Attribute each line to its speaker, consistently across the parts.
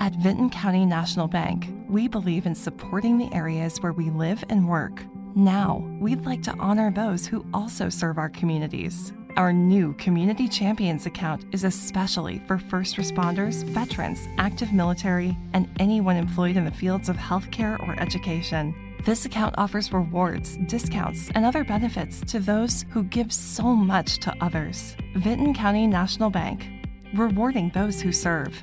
Speaker 1: At Vinton County National Bank, we believe in supporting the areas where we live and work. Now, we'd like to honor those who also serve our communities. Our new Community Champions account is especially for first responders, veterans, active military, and anyone employed in the fields of healthcare or education. This account offers rewards, discounts, and other benefits to those who give so much to others. Vinton County National Bank, rewarding those who serve.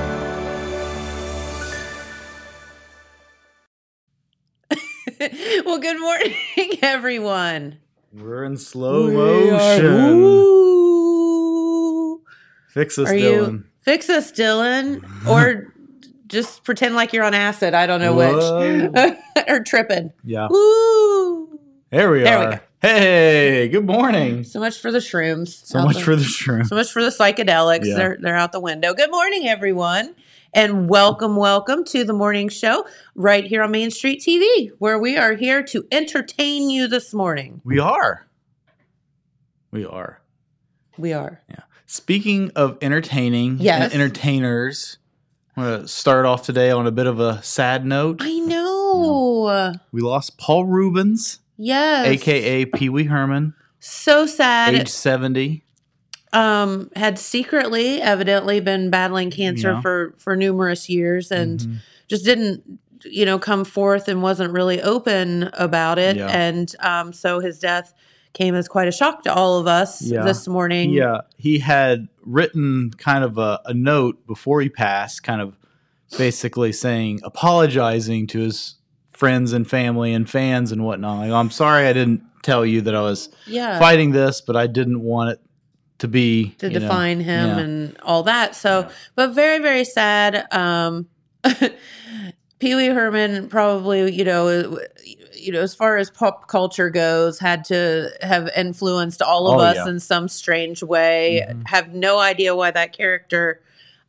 Speaker 2: well, good morning, everyone.
Speaker 3: We're in slow motion. Fix us,
Speaker 2: Are
Speaker 3: Dylan.
Speaker 2: you fix us, Dylan, or just pretend like you're on acid? I don't know
Speaker 3: Whoa.
Speaker 2: which, or tripping.
Speaker 3: Yeah.
Speaker 2: Woo!
Speaker 3: There we
Speaker 2: There we
Speaker 3: are. hey, good morning.
Speaker 2: So much for the shrooms.
Speaker 3: So
Speaker 2: Out
Speaker 3: much
Speaker 2: the-
Speaker 3: for the shrimp.
Speaker 2: so much for the psychedelics.
Speaker 3: Yeah.
Speaker 2: They're they're out the window. Good morning, everyone, and welcome, welcome to the morning show right here on Main Street TV, where we are here to entertain you this morning.
Speaker 3: We are. We are.
Speaker 2: We are.
Speaker 3: Speaking of entertaining
Speaker 2: Yes.
Speaker 3: and entertainers, I'm going to start off today on a bit of a sad note.
Speaker 2: I know.
Speaker 3: We lost Paul Rubens,
Speaker 2: Yes.
Speaker 3: aka Pee Wee Herman,
Speaker 2: so sad.
Speaker 3: age 70.
Speaker 2: um had secretly evidently been battling cancer
Speaker 3: Yeah.
Speaker 2: for for numerous years and
Speaker 3: Mhm.
Speaker 2: just didn't you know come forth and wasn't really open about it
Speaker 3: Yeah.
Speaker 2: and um so his death came as quite a shock to all of us
Speaker 3: Yeah.
Speaker 2: this morning
Speaker 3: Yeah, he had written kind of a, a note before he passed, kind of basically saying, apologizing to his friends and family and fans and whatnot. Like, I'm sorry I didn't tell you that I was
Speaker 2: yeah
Speaker 3: fighting this, but I didn't want it to be
Speaker 2: to
Speaker 3: you know,
Speaker 2: define him
Speaker 3: yeah.
Speaker 2: and all that. So, but very, very sad. Um, Pee Wee Herman probably, you know, uh, you know, as far as pop culture goes, had to have influenced all of
Speaker 3: Oh,
Speaker 2: us
Speaker 3: yeah.
Speaker 2: in some strange way.
Speaker 3: Mhm.
Speaker 2: Have no idea why that character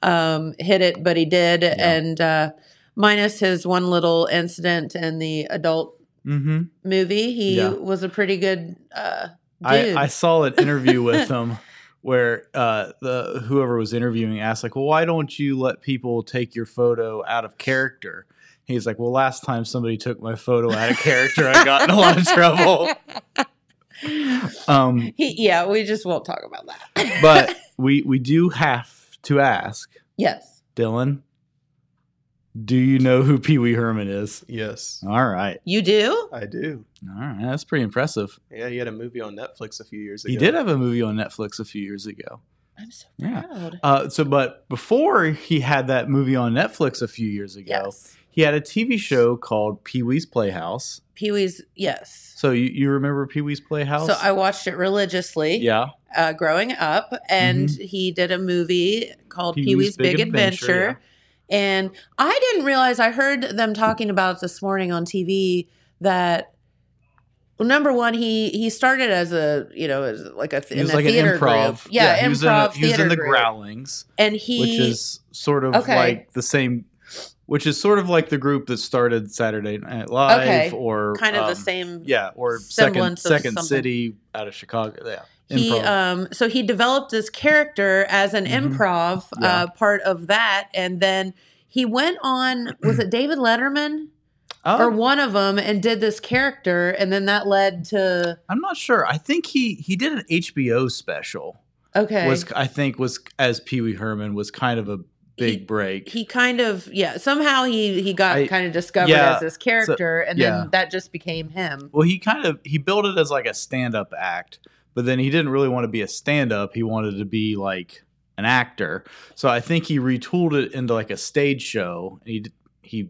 Speaker 2: um, hit it, but he did. And uh, minus his one little incident in the adult
Speaker 3: Mhm.
Speaker 2: movie, he
Speaker 3: Yeah.
Speaker 2: was a pretty good uh, dude.
Speaker 3: I, I saw an interview with him where uh, the whoever was interviewing asked like, "Well, why don't you let people take your photo out of character?" He's like, "Well, last time somebody took my photo out of character, I got in a lot of trouble." Um,
Speaker 2: He, yeah, we just won't talk about that.
Speaker 3: but we we do have to ask,
Speaker 2: yes,
Speaker 3: Dylan. Do you know who Pee Wee Herman is?
Speaker 4: Yes,
Speaker 3: All right,
Speaker 2: you do.
Speaker 4: I do.
Speaker 3: all right, that's pretty impressive.
Speaker 4: Yeah, he had a movie on Netflix a few years ago.
Speaker 3: He did have a movie on Netflix a few years ago.
Speaker 2: I'm so
Speaker 3: Yeah.
Speaker 2: proud.
Speaker 3: Uh, so, but before he had that movie on Netflix a few years ago,
Speaker 2: Yes,
Speaker 3: he had a TV show called Pee Wee's Playhouse.
Speaker 2: Pee Wee's. Yes.
Speaker 3: So you, you remember Pee Wee's Playhouse?
Speaker 2: So I watched it religiously
Speaker 3: yeah, Mm-hmm.
Speaker 2: uh, growing up, and he did a movie called Pee Wee's Big, Adventure. And I didn't realize, I heard them talking about it this morning on TV that. well, Number one, he he started as a you know as like a th-
Speaker 3: He was
Speaker 2: in a
Speaker 3: like an
Speaker 2: theater
Speaker 3: improv.
Speaker 2: group, yeah,
Speaker 3: he
Speaker 2: improv
Speaker 3: was in, a, he was
Speaker 2: theater
Speaker 3: in the
Speaker 2: group.
Speaker 3: Growlings,
Speaker 2: and he
Speaker 3: which is sort of
Speaker 2: Okay.
Speaker 3: like the same, which is sort of like the group that started Saturday Night Live,
Speaker 2: Okay.
Speaker 3: or
Speaker 2: kind of the
Speaker 3: um,
Speaker 2: same
Speaker 3: Yeah, or Second
Speaker 2: semblance of
Speaker 3: Second
Speaker 2: something.
Speaker 3: City out of Chicago. Yeah,
Speaker 2: he um so he developed this character as an
Speaker 3: Mhm.
Speaker 2: improv
Speaker 3: Yeah.
Speaker 2: uh, part of that and then he went on was it david letterman
Speaker 3: Oh,
Speaker 2: or one of them and did this character and then that led to
Speaker 3: I'm not sure. I think he he did an HBO special.
Speaker 2: okay
Speaker 3: Was I think was as Pee Wee Herman was kind of a big
Speaker 2: He-
Speaker 3: break.
Speaker 2: he kind of yeah somehow he he got
Speaker 3: I-
Speaker 2: kind of discovered
Speaker 3: yeah,
Speaker 2: as this character and
Speaker 3: yeah.
Speaker 2: then that just became him
Speaker 3: well, he kind of he built it as like a stand up act, but then he didn't really want to be a stand up. He wanted to be like an actor. So I think he retooled it into like a stage show. And he d- he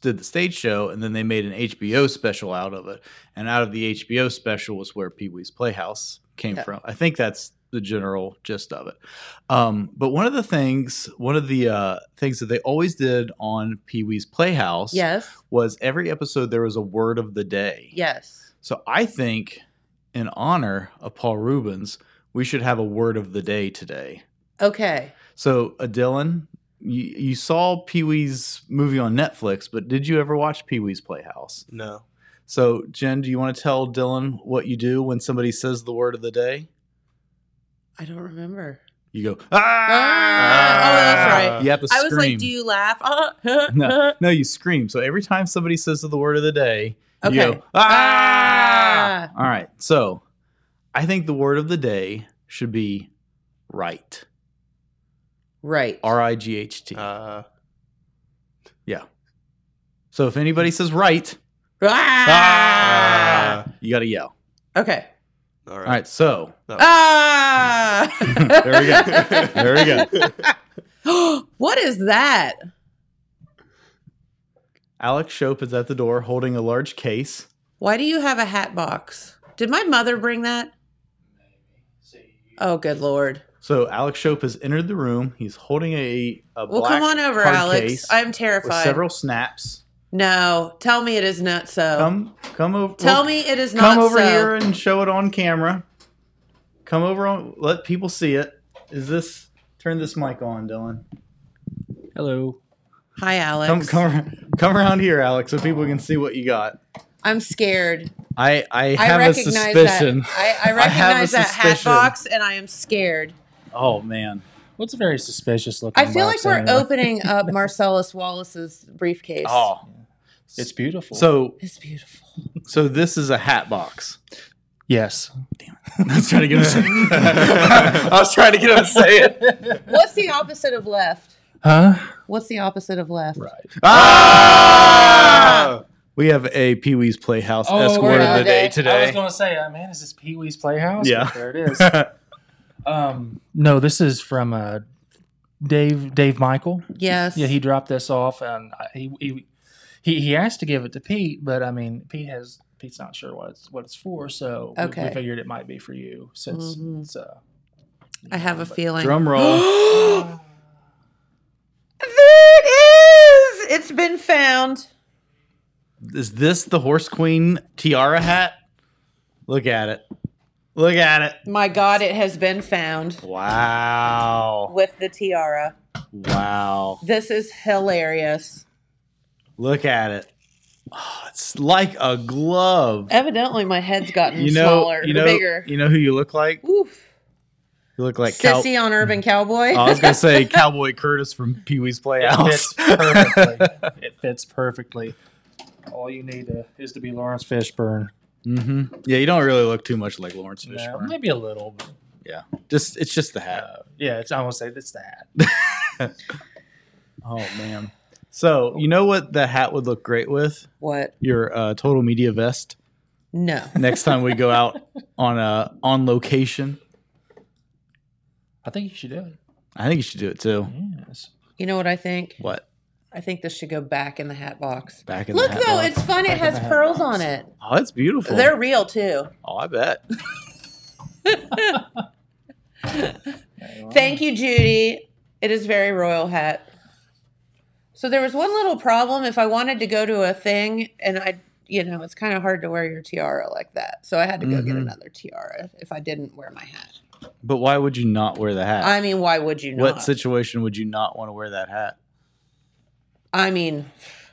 Speaker 3: did the stage show, and then they made an HBO special out of it. And out of the HBO special was where Pee Wee's Playhouse came
Speaker 2: Yeah.
Speaker 3: from. I think that's the general gist of it. Um, but one of the things, one of the uh, things that they always did on Pee Wee's Playhouse
Speaker 2: Yes.
Speaker 3: was every episode there was a word of the day.
Speaker 2: Yes.
Speaker 3: So I think, in honor of Paul Rubens, we should have a word of the day today.
Speaker 2: Okay.
Speaker 3: So, uh, Dylan, you, you saw Pee Wee's movie on Netflix, but did you ever watch Pee Wee's Playhouse?
Speaker 4: No.
Speaker 3: So, Jen, do you want to tell Dylan what you do when somebody says the word of the day?
Speaker 2: I don't remember.
Speaker 3: You go, ah!
Speaker 2: Ah! Oh, that's
Speaker 4: right.
Speaker 3: You have to
Speaker 2: I
Speaker 3: scream.
Speaker 2: was like, do you laugh? Ah,
Speaker 3: no, no, you scream. So every time somebody says the word of the day,
Speaker 2: Okay.
Speaker 3: you go, ah! All right. So I think the word of the day should be right.
Speaker 2: Right.
Speaker 3: R I G H T.
Speaker 4: Uh,
Speaker 3: So if anybody says right,
Speaker 2: Ah!
Speaker 3: you got to yell.
Speaker 2: Okay.
Speaker 4: all
Speaker 3: All right. So
Speaker 2: Ah!
Speaker 3: There we go. There we go.
Speaker 2: what is that?
Speaker 3: Alex Shope is at the door holding a large case.
Speaker 2: Why do you have a hat box? Did my mother bring that? Oh, good lord.
Speaker 3: So Alex Shope has entered the room. He's holding a, a
Speaker 2: Well,
Speaker 3: black
Speaker 2: come on over,
Speaker 3: hard
Speaker 2: Alex.
Speaker 3: case
Speaker 2: I'm
Speaker 3: with
Speaker 2: terrified.
Speaker 3: several snaps.
Speaker 2: no, tell me it is not so.
Speaker 3: Come, come over.
Speaker 2: tell
Speaker 3: well,
Speaker 2: me it is not
Speaker 3: come over
Speaker 2: so.
Speaker 3: here and show it on camera. Come over on. Let people see it. Is this? Turn this mic on, Dylan.
Speaker 5: Hello.
Speaker 2: Hi, Alex.
Speaker 3: Come, come, come around here, Alex, so people can see what you got.
Speaker 2: I'm scared.
Speaker 3: I, I
Speaker 2: I
Speaker 3: have a
Speaker 2: recognize
Speaker 3: suspicion.
Speaker 2: that. I, I
Speaker 3: I have a
Speaker 2: recognize that hat
Speaker 3: suspicion.
Speaker 2: box, and I am scared.
Speaker 3: Oh man,
Speaker 5: What's a very suspicious looking?
Speaker 2: I feel like
Speaker 5: box
Speaker 2: we're
Speaker 5: anyway?
Speaker 2: opening up Marcellus Wallace's briefcase.
Speaker 3: oh,
Speaker 5: It's beautiful.
Speaker 3: so
Speaker 2: It's beautiful.
Speaker 3: so this is a hat box.
Speaker 5: yes,
Speaker 3: I was trying to get him. To, I was trying to get him to say it.
Speaker 2: What's the opposite of left?
Speaker 5: huh?
Speaker 2: What's the opposite of left? Right.
Speaker 3: Ah! We have a Pee Wee's Playhouse escort
Speaker 2: we're
Speaker 3: of
Speaker 2: out
Speaker 3: the
Speaker 2: of
Speaker 5: Oh, I
Speaker 3: day
Speaker 2: it.
Speaker 5: was
Speaker 3: today.
Speaker 5: gonna say, uh, man, is this Pee Wee's Playhouse?
Speaker 3: Yeah.
Speaker 5: But there it is. um, no, this is from uh, Dave Dave Michael.
Speaker 2: Yes.
Speaker 5: Yeah, he dropped this off, and I, he he he he asked to give it to Pete, but I mean, Pete has Pete's not sure what it's what it's for, so we- we,
Speaker 2: Okay.
Speaker 5: figured it might be for you since
Speaker 2: Mhm.
Speaker 5: it's. Uh,
Speaker 2: I have a feeling.
Speaker 3: Drum roll.
Speaker 2: There it is. It's been found.
Speaker 3: Is this the horse queen tiara hat? Look at it. Look at it.
Speaker 2: My God, it has been found
Speaker 3: Wow.
Speaker 2: with the tiara.
Speaker 3: Wow.
Speaker 2: This is hilarious.
Speaker 3: Look at it. Oh, it's like a glove.
Speaker 2: Evidently, my head's gotten
Speaker 3: You know,
Speaker 2: smaller,
Speaker 3: you know,
Speaker 2: bigger.
Speaker 3: you know who you look like?
Speaker 2: Oof.
Speaker 3: You look like Cal- Oh,
Speaker 2: Sissy on Urban Cowboy.
Speaker 3: I was gonna say Cowboy Curtis from Pee Wee's
Speaker 5: It fits
Speaker 3: Playhouse.
Speaker 5: perfectly. it fits perfectly. All you need to, is to be Lawrence Fishburne.
Speaker 3: hmm Yeah, you don't really look too much like Lawrence
Speaker 5: No,
Speaker 3: Fishburne.
Speaker 5: maybe a little. But,
Speaker 3: Just it's just the hat.
Speaker 5: uh, yeah, it's almost like it's that.
Speaker 3: Oh man. So you know what that hat would look great with?
Speaker 2: what?
Speaker 3: Your uh, total media vest.
Speaker 2: No.
Speaker 3: Next time we go out on uh, on location,
Speaker 5: I think you should do it.
Speaker 3: I think you should do it too.
Speaker 5: Yes.
Speaker 2: You know what I think?
Speaker 3: What
Speaker 2: I think this should go back in the hat box.
Speaker 3: back in
Speaker 2: Look
Speaker 3: the
Speaker 2: though,
Speaker 3: hat box?
Speaker 2: it's fun. It has
Speaker 5: the hat
Speaker 2: pearls
Speaker 5: box.
Speaker 2: on it.
Speaker 3: oh, it's beautiful.
Speaker 2: They're real too.
Speaker 3: oh, I bet.
Speaker 2: Thank you, Judy. It is very royal hat. So there was one little problem. If I wanted to go to a thing, and I, you know, it's kind of hard to wear your tiara like that. So I had to go get
Speaker 3: Mhm.
Speaker 2: another tiara if I didn't wear my hat.
Speaker 3: But why would you not wear the hat?
Speaker 2: I mean, why would you not?
Speaker 3: What situation would you not want to wear that hat?
Speaker 2: I mean,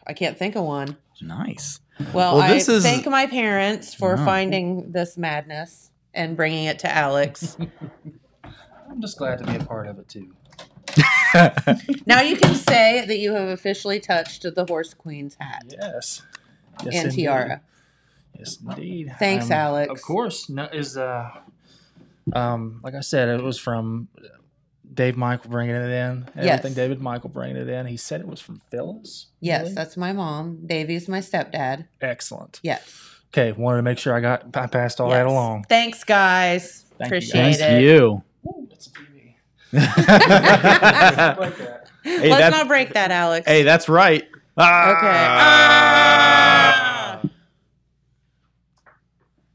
Speaker 2: I can't think of one.
Speaker 3: Nice.
Speaker 2: Well,
Speaker 3: Well,
Speaker 2: I
Speaker 3: this is-
Speaker 2: thank my parents for
Speaker 3: Wow.
Speaker 2: finding this madness and bringing it to Alex.
Speaker 5: I'm just glad to be a part of it too.
Speaker 2: now you can say that you have officially touched the horse queen's hat
Speaker 5: Yes.
Speaker 2: and
Speaker 5: yes indeed.
Speaker 2: tiara.
Speaker 5: Yes, indeed.
Speaker 2: Thanks,
Speaker 5: Um,
Speaker 2: Alex.
Speaker 5: Of course. No, is uh, um, like I said, it was from uh, Dave Michael bringing it in. Everything
Speaker 2: Yes.
Speaker 5: David Michael bringing it in. He said it was from Phyllis.
Speaker 2: Yes,
Speaker 5: really?
Speaker 2: that's my mom. Davey's my stepdad.
Speaker 5: excellent.
Speaker 2: Yes.
Speaker 5: Okay, wanted to make sure I got I passed all
Speaker 2: yes.
Speaker 5: that along.
Speaker 2: Thanks, guys.
Speaker 5: Thank you,
Speaker 2: Appreciate
Speaker 5: guys.
Speaker 3: Thank
Speaker 2: it.
Speaker 3: you.
Speaker 5: Ooh, that's a TV.
Speaker 3: hey,
Speaker 5: like that.
Speaker 2: Let's
Speaker 3: that's-
Speaker 2: not break that, Alex.
Speaker 3: that's right.
Speaker 2: Okay. Ah!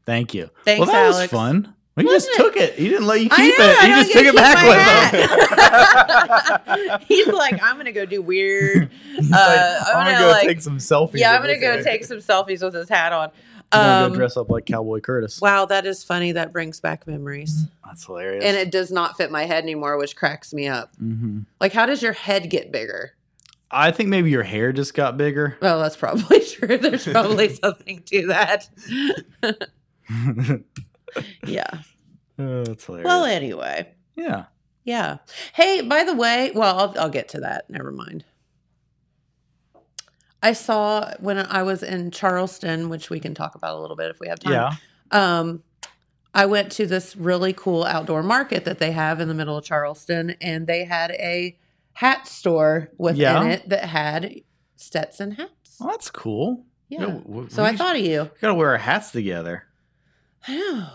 Speaker 3: Thank you.
Speaker 2: Thanks,
Speaker 3: well, that was
Speaker 2: Alex.
Speaker 3: fun. Well, you
Speaker 2: Wasn't
Speaker 3: just
Speaker 2: it?
Speaker 3: took it. You didn't let you keep
Speaker 2: I know,
Speaker 3: it.
Speaker 2: I
Speaker 3: You
Speaker 2: don't
Speaker 3: just
Speaker 2: get
Speaker 3: took
Speaker 2: to
Speaker 3: it
Speaker 2: keep
Speaker 3: back
Speaker 2: my
Speaker 3: with
Speaker 2: hat. He's like, I'm gonna go do weird.
Speaker 3: He's
Speaker 2: Uh,
Speaker 3: like,
Speaker 2: I'm
Speaker 3: I'm,
Speaker 2: gonna,
Speaker 3: gonna go
Speaker 2: like-
Speaker 3: take some selfies.
Speaker 2: yeah, I'm
Speaker 3: with
Speaker 2: gonna go
Speaker 3: it.
Speaker 2: take some selfies with his hat on.
Speaker 3: I'm gonna
Speaker 2: Um,
Speaker 3: go dress up like Cowboy Curtis.
Speaker 2: wow, that is funny. That brings back memories,
Speaker 3: Mm-hmm. That's hilarious.
Speaker 2: and it does not fit my head anymore, which cracks me up.
Speaker 3: hmm
Speaker 2: Like, how does your head get bigger?
Speaker 3: I think maybe your hair just got bigger.
Speaker 2: Well, that's probably true. There's probably something to that. yeah.
Speaker 3: Oh, that's hilarious.
Speaker 2: Well, anyway.
Speaker 3: yeah.
Speaker 2: Yeah. Hey, by the way, well, I'll, I'll get to that. Never mind. I saw when I was in Charleston, which we can talk about a little bit if we have time.
Speaker 3: Yeah.
Speaker 2: Um, I went to this really cool outdoor market that they have in the middle of Charleston, and they had a hat store within
Speaker 3: Yeah.
Speaker 2: it that had Stetson hats.
Speaker 3: Well, that's cool.
Speaker 2: Yeah.
Speaker 3: Yeah, w-
Speaker 2: so
Speaker 3: we
Speaker 2: I
Speaker 3: should-
Speaker 2: thought of you.
Speaker 3: We gotta wear our hats together.
Speaker 2: I know.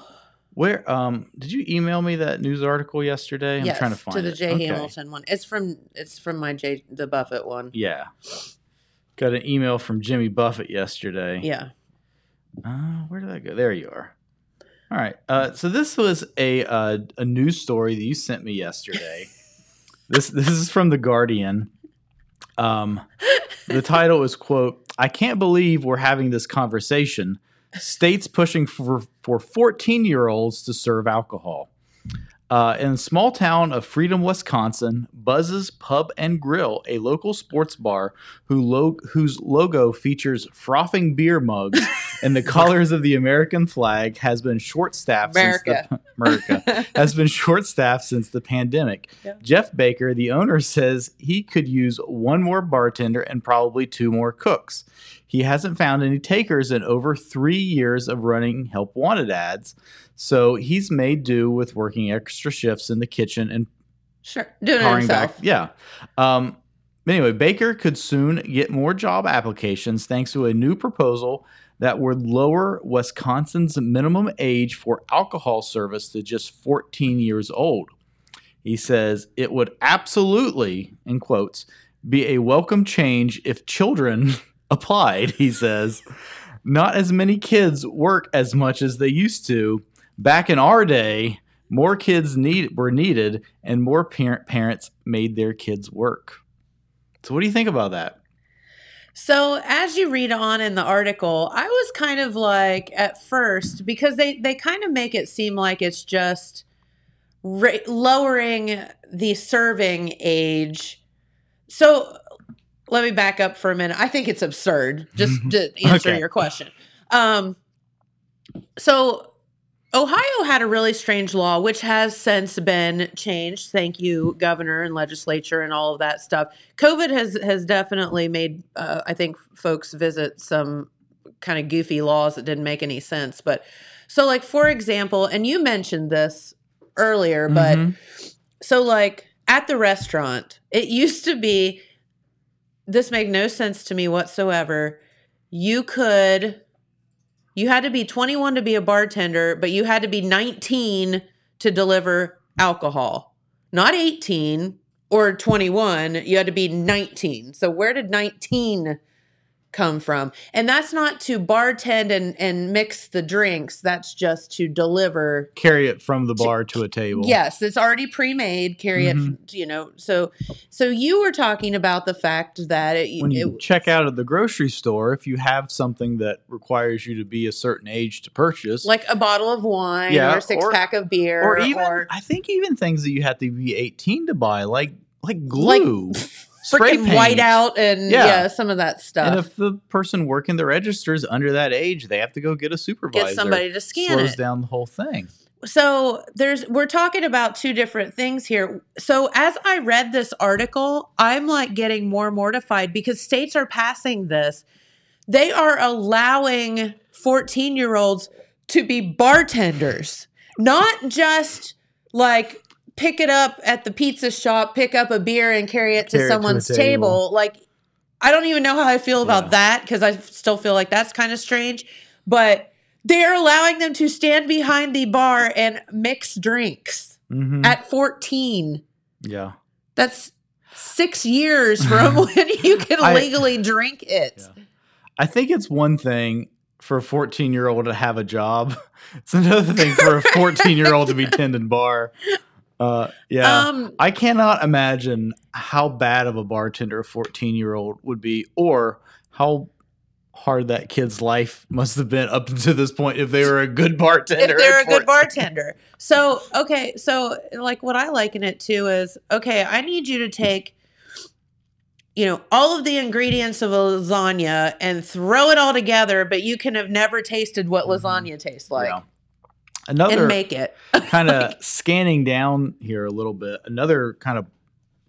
Speaker 3: Where um did you email me that news article yesterday? I'm
Speaker 2: yes,
Speaker 3: trying to find
Speaker 2: to the
Speaker 3: it.
Speaker 2: J
Speaker 3: Okay.
Speaker 2: Hamilton one. It's from it's from my J the Buffett one.
Speaker 3: Yeah. Got an email from Jimmy Buffett yesterday.
Speaker 2: Yeah.
Speaker 3: Uh, where did that go? There you are. All right. Uh, so this was a uh, a news story that you sent me yesterday. this this is from the Guardian. Um, the title is quote I can't believe we're having this conversation. States pushing for for 14 year olds to serve alcohol. Uh, in the small town of Freedom, Wisconsin, Buzz's Pub and Grill, a local sports bar who lo- whose logo features frothing beer mugs and the colors of the American flag, has been short staffed since the, America has been short staffed since the pandemic.
Speaker 2: Yeah.
Speaker 3: Jeff Baker, the owner, says he could use one more bartender and probably two more cooks. He hasn't found any takers in over three years of running help wanted ads, so he's made do with working extra shifts in the kitchen and
Speaker 2: Sure. Doing it
Speaker 3: powering back.
Speaker 2: himself.
Speaker 3: Yeah. Um, anyway, Baker could soon get more job applications thanks to a new proposal that would lower Wisconsin's minimum age for alcohol service to just 14 years old. He says it would absolutely, in quotes, be a welcome change if children applied, he says. Not as many kids work as much as they used to. Back in our day, more kids need were needed and more parent parents made their kids work. So what do you think about that?
Speaker 2: So as you read on in the article, I was kind of like at first because they they kind of make it seem like it's just ra- lowering the serving age. So let me back up for a minute. I think it's absurd. Just to answer
Speaker 3: Okay.
Speaker 2: your question. Um, so Ohio had a really strange law, which has since been changed. Thank you, governor and legislature, and all of that stuff. COVID has has definitely made uh, I think folks visit some kind of goofy laws that didn't make any sense. But so, like for example, and you mentioned this earlier, but
Speaker 3: Mhm.
Speaker 2: so like at the restaurant, it used to be this made no sense to me whatsoever. You could you had to be 21 to be a bartender, but you had to be 19 to deliver alcohol. Not 18 or 21, you had to be 19. So where did 19 come from? And that's not to bartend and and mix the drinks, that's just to deliver
Speaker 3: carry it from the bar to a table.
Speaker 2: Yes, it's already pre-made. Carry
Speaker 3: Mhm.
Speaker 2: it, you know. So, so you were talking about the fact that it,
Speaker 3: When you
Speaker 2: it-
Speaker 3: check out at the grocery store, if you have something that requires you to be a certain age to purchase,
Speaker 2: like a bottle of wine
Speaker 3: Yeah,
Speaker 2: or a six
Speaker 3: or-
Speaker 2: pack of beer,
Speaker 3: or even
Speaker 2: or-
Speaker 3: I think even things that you have to be 18 to buy, like like glue, spray
Speaker 2: freaking
Speaker 3: paint.
Speaker 2: white out and yeah.
Speaker 3: Yeah.
Speaker 2: some of that
Speaker 3: And
Speaker 2: stuff.
Speaker 3: if the person working the register is under that age, they have to go get a supervisor.
Speaker 2: Get somebody to scan
Speaker 3: slows
Speaker 2: it.
Speaker 3: down the whole thing.
Speaker 2: so there's we're talking about two different things here. So as I read this article, I'm like getting more mortified because states are passing this. They are allowing 14-year-olds to be bartenders, not just like pick it up at the pizza shop, pick up a beer and carry it to
Speaker 3: Carry it to a
Speaker 2: someone's
Speaker 3: table.
Speaker 2: table. Like I don't even know how I feel about
Speaker 3: Yeah.
Speaker 2: that because I still feel like that's kind of strange, but they're allowing them to stand behind the bar and mix drinks
Speaker 3: Mm-hmm.
Speaker 2: at 14.
Speaker 3: yeah.
Speaker 2: That's six years from when you can
Speaker 3: I-
Speaker 2: legally drink it.
Speaker 3: I think it's one thing for a 14 year old to have a job. It's another thing for a 14 year old to be tending bar. Uh, yeah.
Speaker 2: Um,
Speaker 3: I cannot imagine how bad of a bartender a 14 year old would be or how hard that kid's life must have been up to this point if they were a good bartender.
Speaker 2: if they're
Speaker 3: at
Speaker 2: a
Speaker 3: 14.
Speaker 2: good bartender. So okay, so like what I liken it to is okay. I need you to take, you know, all of the ingredients of a lasagna and throw it all together, but you can have never tasted what
Speaker 3: Mhm.
Speaker 2: lasagna tastes like
Speaker 3: Yeah. Another
Speaker 2: and make it.
Speaker 3: kind of scanning down here a little bit, another kind of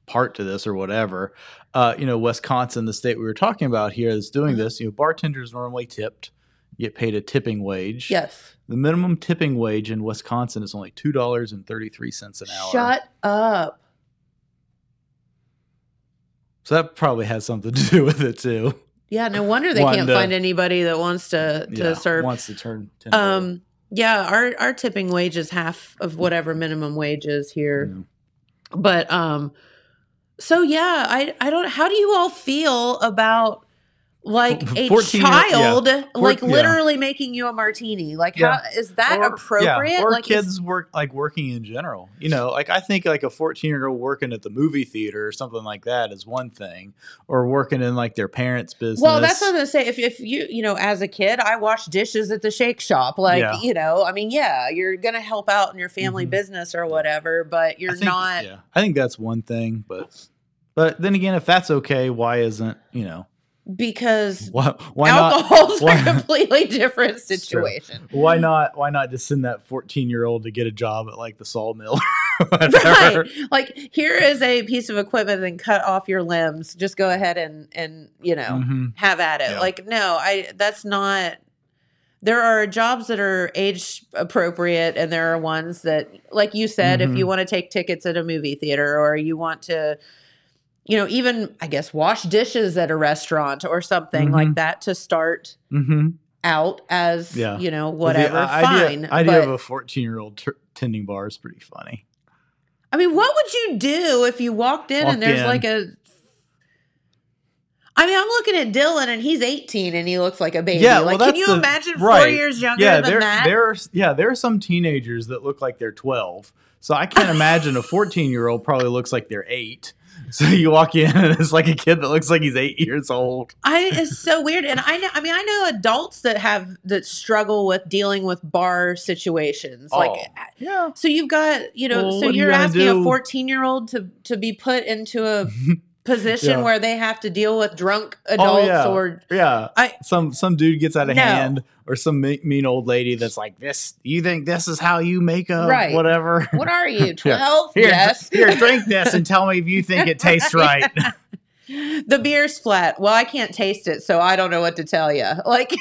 Speaker 3: part to this or whatever. Uh, you know, Wisconsin, the state we were talking about here, is
Speaker 2: Mm-hmm.
Speaker 3: doing this. You know, bartenders normally tipped, get paid a tipping wage.
Speaker 2: Yes.
Speaker 3: The minimum tipping wage in Wisconsin is only two dollars and thirty three cents an hour.
Speaker 2: Shut up.
Speaker 3: So that probably has something to do with it too.
Speaker 2: Yeah. No wonder they can't
Speaker 3: Wanda.
Speaker 2: find anybody that wants to to
Speaker 3: Yeah,
Speaker 2: serve.
Speaker 3: wants to turn. 10 over.
Speaker 2: Um. Yeah. Our our tipping wage is half of whatever minimum wage is here.
Speaker 3: Yeah.
Speaker 2: but um so yeah i i don't how do you all feel about like
Speaker 3: 14
Speaker 2: a
Speaker 3: year- yeah.
Speaker 2: child like
Speaker 3: yeah.
Speaker 2: literally making you a martini like
Speaker 3: Yeah.
Speaker 2: how is that
Speaker 3: Or- yeah,
Speaker 2: appropriate
Speaker 3: or
Speaker 2: like is-
Speaker 3: kids work like working in general. You know, like I think like a 14 year old working at the movie theater or something like that is one thing, or working in like their parents' business.
Speaker 2: well that's what i'm gonna say if, if you you know as a kid i washed dishes at the shake shop like
Speaker 3: Yeah.
Speaker 2: you know i mean yeah you're gonna help out in your family
Speaker 3: Mhm.
Speaker 2: business or whatever but
Speaker 3: I
Speaker 2: you're
Speaker 3: think-
Speaker 2: not
Speaker 3: Yeah, I think that's one thing, but but then again, if that's okay, why isn't you know
Speaker 2: because
Speaker 3: why why not
Speaker 2: alcohol's
Speaker 3: why-
Speaker 2: a completely different
Speaker 3: It's true.
Speaker 2: situation
Speaker 3: why not why not just send that 14 year old to get a job at like the sawmill? or whatever?
Speaker 2: right like here is a piece of equipment and cut off your limbs just go ahead and and you know
Speaker 3: Mhm.
Speaker 2: have at it
Speaker 3: Yeah.
Speaker 2: like no i that's not there are jobs that are age appropriate and there are ones that like you said if
Speaker 3: Mhm.
Speaker 2: you want to take tickets at a movie theater or you want to you know even i guess wash dishes at a restaurant or something like
Speaker 3: Mhm.
Speaker 2: that to start
Speaker 3: Mhm.
Speaker 2: out as
Speaker 3: Yeah.
Speaker 2: you know
Speaker 3: But
Speaker 2: whatever
Speaker 3: The uh,
Speaker 2: fine
Speaker 3: idea, idea
Speaker 2: but-
Speaker 3: of a 14 year old ter- tending bar is pretty funny.
Speaker 2: I mean, what would you do if you walked in
Speaker 3: Walked
Speaker 2: and there's
Speaker 3: in.
Speaker 2: like a. I mean, I'm looking at Dylan and he's 18 and he looks like a baby.
Speaker 3: Yeah, well,
Speaker 2: like, can
Speaker 3: that's
Speaker 2: you
Speaker 3: the-
Speaker 2: imagine four
Speaker 3: right.
Speaker 2: years younger
Speaker 3: Yeah,
Speaker 2: than
Speaker 3: there,
Speaker 2: that?
Speaker 3: there are yeah, there are some teenagers that look like they're 12. So I can't imagine a 14 year old probably looks like they're eight. So you walk in and it's like a kid that looks like he's eight years old.
Speaker 2: I it's so weird, and I know. I mean, I know adults that have that struggle with dealing with bar situations. Like,
Speaker 3: Oh, Yeah.
Speaker 2: so you've got you know,
Speaker 3: Well,
Speaker 2: so
Speaker 3: what are you
Speaker 2: you're
Speaker 3: gonna
Speaker 2: asking a
Speaker 3: do?
Speaker 2: 14 year old to to be put into a position
Speaker 3: Yeah.
Speaker 2: where they have to deal with drunk adults
Speaker 3: Oh, yeah.
Speaker 2: or
Speaker 3: Yeah.
Speaker 2: I-
Speaker 3: some some dude gets out of
Speaker 2: No.
Speaker 3: hand or some me- mean old lady that's like this you think this is how you make a
Speaker 2: Right.
Speaker 3: whatever.
Speaker 2: what are you 12?
Speaker 3: Here, dr-
Speaker 2: yes,
Speaker 3: here, drink this and tell me if you think it tastes right.
Speaker 2: the beer's flat. Well, I can't taste it, so I don't know what to tell you. Like,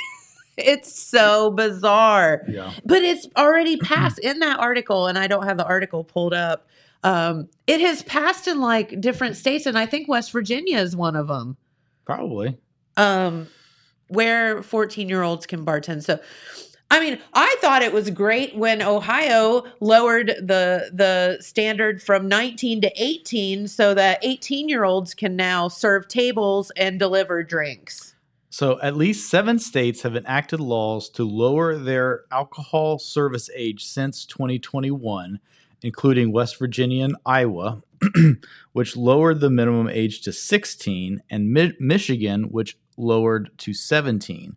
Speaker 2: it's so bizarre.
Speaker 3: Yeah.
Speaker 2: But it's already passed in that article, and I don't have the article pulled up. Um, it has passed in like different states, and I think West Virginia is one of them
Speaker 3: Probably.
Speaker 2: um, where 14 year olds can bartend. So, I mean, I thought it was great when Ohio lowered the the standard from 19 to 18, so that 18 year olds can now serve tables and deliver drinks.
Speaker 3: So, at least seven states have enacted laws to lower their alcohol service age since 2021, including West Virginia and Iowa, which lowered the minimum age to 16, and Mi- Michigan, which lowered to 17.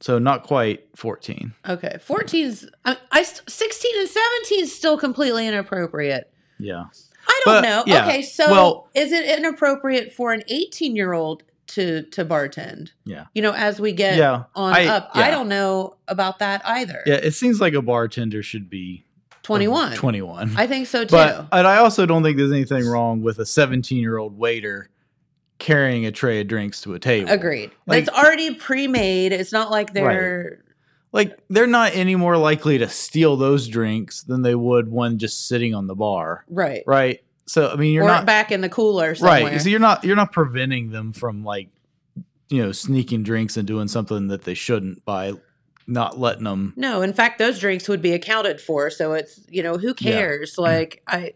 Speaker 3: So, not quite 14.
Speaker 2: Okay, 14's I, I st- 16 and 17 is still completely inappropriate.
Speaker 3: Yeah.
Speaker 2: I
Speaker 3: But,
Speaker 2: don't know.
Speaker 3: yeah.
Speaker 2: Okay, so
Speaker 3: Well-
Speaker 2: is it inappropriate for an 18 year old to to bartend?
Speaker 3: Yeah.
Speaker 2: You know, as we get
Speaker 3: Yeah,
Speaker 2: on
Speaker 3: I-
Speaker 2: up, I
Speaker 3: yeah.
Speaker 2: don't know about that either.
Speaker 3: Yeah. It seems like a bartender should be
Speaker 2: 21.
Speaker 3: 21.
Speaker 2: I think so too.
Speaker 3: But and I also don't think there's anything wrong with a 17 year old waiter carrying a tray of drinks to a table.
Speaker 2: Agreed.
Speaker 3: Like-
Speaker 2: That's already pre made. It's not like they're.
Speaker 3: Like they're not any more likely to steal those drinks than they would one just sitting on the bar,
Speaker 2: Right.
Speaker 3: right? So I mean, you're
Speaker 2: or
Speaker 3: not
Speaker 2: back in the cooler somewhere.
Speaker 3: right. So you're not you're not preventing them from like you know sneaking drinks and doing something that they shouldn't by not letting them.
Speaker 2: no, in fact, those drinks would be
Speaker 3: Mm-hmm.
Speaker 2: accounted for. So it's, you know, who
Speaker 3: Yeah.
Speaker 2: cares? Like, I.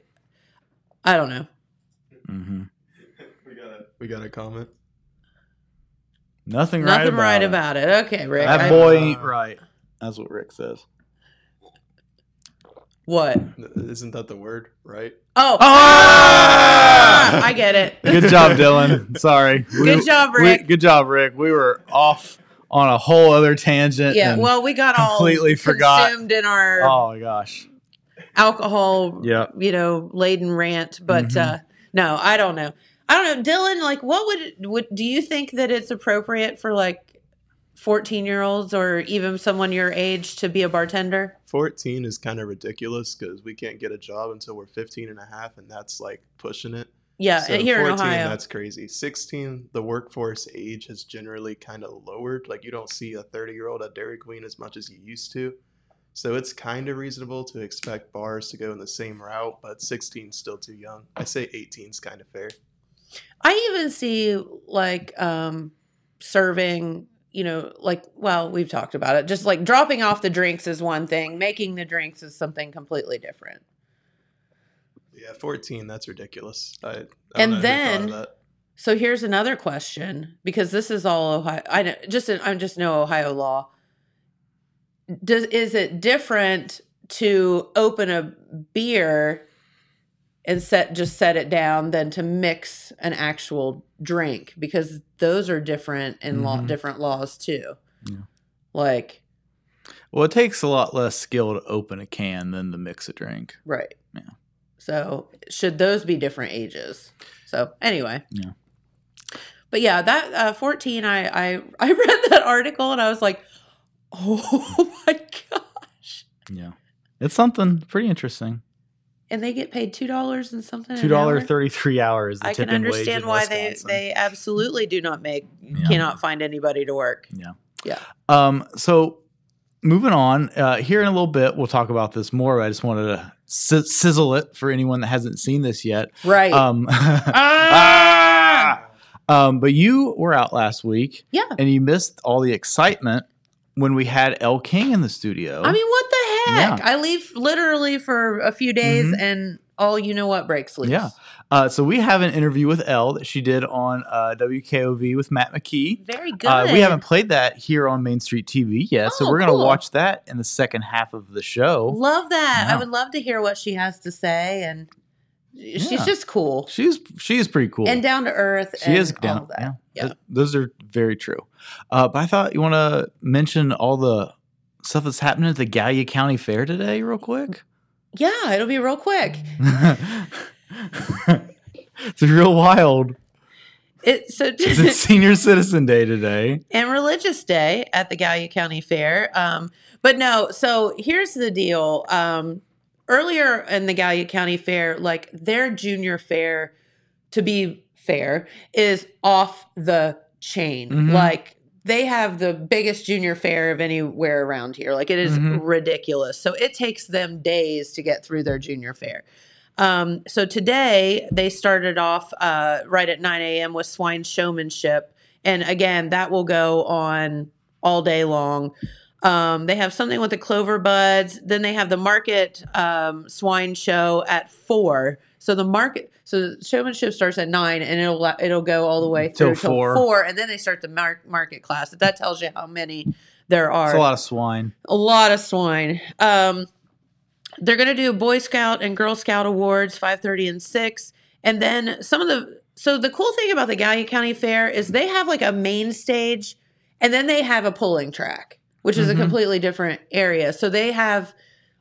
Speaker 2: I don't know.
Speaker 3: Mm-hmm.
Speaker 4: We got a we got a comment.
Speaker 3: Nothing, right
Speaker 2: Nothing
Speaker 3: about
Speaker 2: right
Speaker 3: it.
Speaker 2: about it. Okay, Rick.
Speaker 3: That
Speaker 2: I-
Speaker 3: boy ain't right. That's what Rick says.
Speaker 2: what?
Speaker 4: Isn't that the word? Right?
Speaker 2: Oh.
Speaker 3: Uh-huh. Ah!
Speaker 2: I get it.
Speaker 3: Good job, Dylan. Sorry. We-
Speaker 2: Good job,
Speaker 3: we-
Speaker 2: Rick.
Speaker 3: good job, Rick. We were off on a whole other tangent.
Speaker 2: yeah,
Speaker 3: and-
Speaker 2: well, we got all
Speaker 3: completely forgot.
Speaker 2: consumed in our
Speaker 3: oh my gosh.
Speaker 2: alcohol,
Speaker 3: Yeah.
Speaker 2: you know, laden rant. But
Speaker 3: Mhm.
Speaker 2: uh, no, I don't know. I don't know, Dylan. Like, what would would do you think that it's appropriate for like fourteen year olds or even someone your age to be a bartender?
Speaker 4: 14 is kind of ridiculous because we can't get a job until we're 15 and a half, and that's like pushing it.
Speaker 2: Yeah,
Speaker 4: So
Speaker 2: here in
Speaker 4: 14,
Speaker 2: Ohio.
Speaker 4: that's crazy. 16, the workforce age has generally kind of lowered. Like you don't see a 30 year old at Dairy Queen as much as you used to. So it's kind of reasonable to expect bars to go in the same route, but 16 's still too young. I say 18 is kind of fair.
Speaker 2: I even see like um serving, you know, like well, we've talked about it. Just like dropping off the drinks is one thing, making the drinks is something completely different.
Speaker 4: Yeah, 14, that's ridiculous. I, I don't
Speaker 2: And
Speaker 4: know who thought of
Speaker 2: then-
Speaker 4: that.
Speaker 2: So here's another question because this is all Ohio. I know, just I just know Ohio law. Does is it different to open a beer and set just set it down than to mix an actual drink because those are different in law
Speaker 4: Mm-hmm.
Speaker 3: Mhm.
Speaker 2: different laws too.
Speaker 3: Yeah.
Speaker 2: Like
Speaker 3: Well, it takes a lot less skill to open a can than to mix a drink.
Speaker 2: right.
Speaker 3: Yeah.
Speaker 2: So should those be different ages? So anyway.
Speaker 3: Yeah.
Speaker 2: But yeah, that uh, 14, I, I I read that article and I was like, oh my gosh.
Speaker 3: Yeah. It's something pretty interesting.
Speaker 2: And they get paid two dollars and something. an
Speaker 3: Two dollar
Speaker 2: hour?
Speaker 3: thirty three hours. The
Speaker 2: I can
Speaker 3: tipping wage
Speaker 2: understand
Speaker 3: in
Speaker 2: why they,
Speaker 3: Wisconsin.
Speaker 2: they absolutely do not make
Speaker 3: Yeah.
Speaker 2: cannot find anybody to work.
Speaker 3: Um, so moving on uh, here in a little bit, we'll talk about this more. I just wanted to si- sizzle it for anyone that hasn't seen this yet.
Speaker 2: Right.
Speaker 3: Um,
Speaker 2: Ah!
Speaker 3: um, but you were out last week,
Speaker 2: Yeah.
Speaker 3: and you missed all the excitement when we had El King in the studio.
Speaker 2: I mean, what the heck?
Speaker 3: Yeah.
Speaker 2: I leave literally for a few days
Speaker 3: Mhm.
Speaker 2: and all you know what breaks loose.
Speaker 3: Yeah. uh, so we have an interview with El that she did on uh, WKOV with Matt McKee.
Speaker 2: Very good.
Speaker 3: Uh, we haven't played that here on Main Street TV yet, so
Speaker 2: Oh,
Speaker 3: we're gonna
Speaker 2: cool.
Speaker 3: watch that in the second half of the show.
Speaker 2: Love that.
Speaker 3: Yeah.
Speaker 2: I would love to hear what she has to say and
Speaker 3: Yeah.
Speaker 2: she's just cool.
Speaker 3: She's she's pretty cool.
Speaker 2: And down to earth.
Speaker 3: She
Speaker 2: and
Speaker 3: is
Speaker 2: all
Speaker 3: down.
Speaker 2: of that.
Speaker 3: Yeah.
Speaker 2: Yeah.
Speaker 3: Th- those are very true. Uh, but I thought you want to mention all the stuff that's happening at the Gallia County Fair today, real quick.
Speaker 2: Yeah, it'll be real quick.
Speaker 3: it's real wild.
Speaker 2: It so
Speaker 3: It's it's Senior Citizen Day today.
Speaker 2: and Religious Day at the Gallia County Fair. Um, but no, so here's the deal. Um, earlier in the Gallia County Fair, like their junior fair, to be fair, is off the chain.
Speaker 3: Mhm.
Speaker 2: Like they have the biggest junior fair of anywhere around here. Like it is
Speaker 3: Mhm.
Speaker 2: ridiculous. So it takes them days to get through their junior fair. Um, so today they started off uh, right at 9 a.m. with swine showmanship. And again, that will go on all day long. Um, they have something with the clover buds. Then they have the market um, swine show at four. So the market, so the showmanship starts at nine, and it'll la- it'll go all the way
Speaker 3: Till
Speaker 2: through till
Speaker 3: four.
Speaker 2: four. and then they start the mar- market class. If that tells you how many there are,
Speaker 3: It's a lot of swine.
Speaker 2: a lot of swine. Um, they're going to do Boy Scout and Girl Scout awards, five thirty and six, and then some of the. So the cool thing about the Gallia County Fair is they have like a main stage, and then they have a pulling track, which is
Speaker 3: Mhm.
Speaker 2: a completely different area. So they have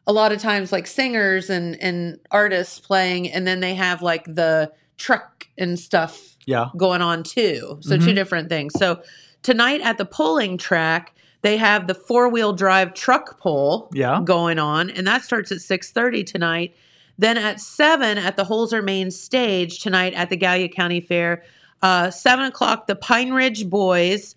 Speaker 2: a lot of times like singers and and artists playing, and then they have like the truck and stuff
Speaker 3: Yeah.
Speaker 2: going on too. So
Speaker 3: Mhm.
Speaker 2: two different things. So tonight at the polling track, they have the four wheel drive truck pull
Speaker 3: Yeah.
Speaker 2: going on, and that starts at six thirty tonight. Then at seven at the Holzer main stage tonight at the Gallia County Fair. Uh, seven o'clock, the Pine Ridge Boys,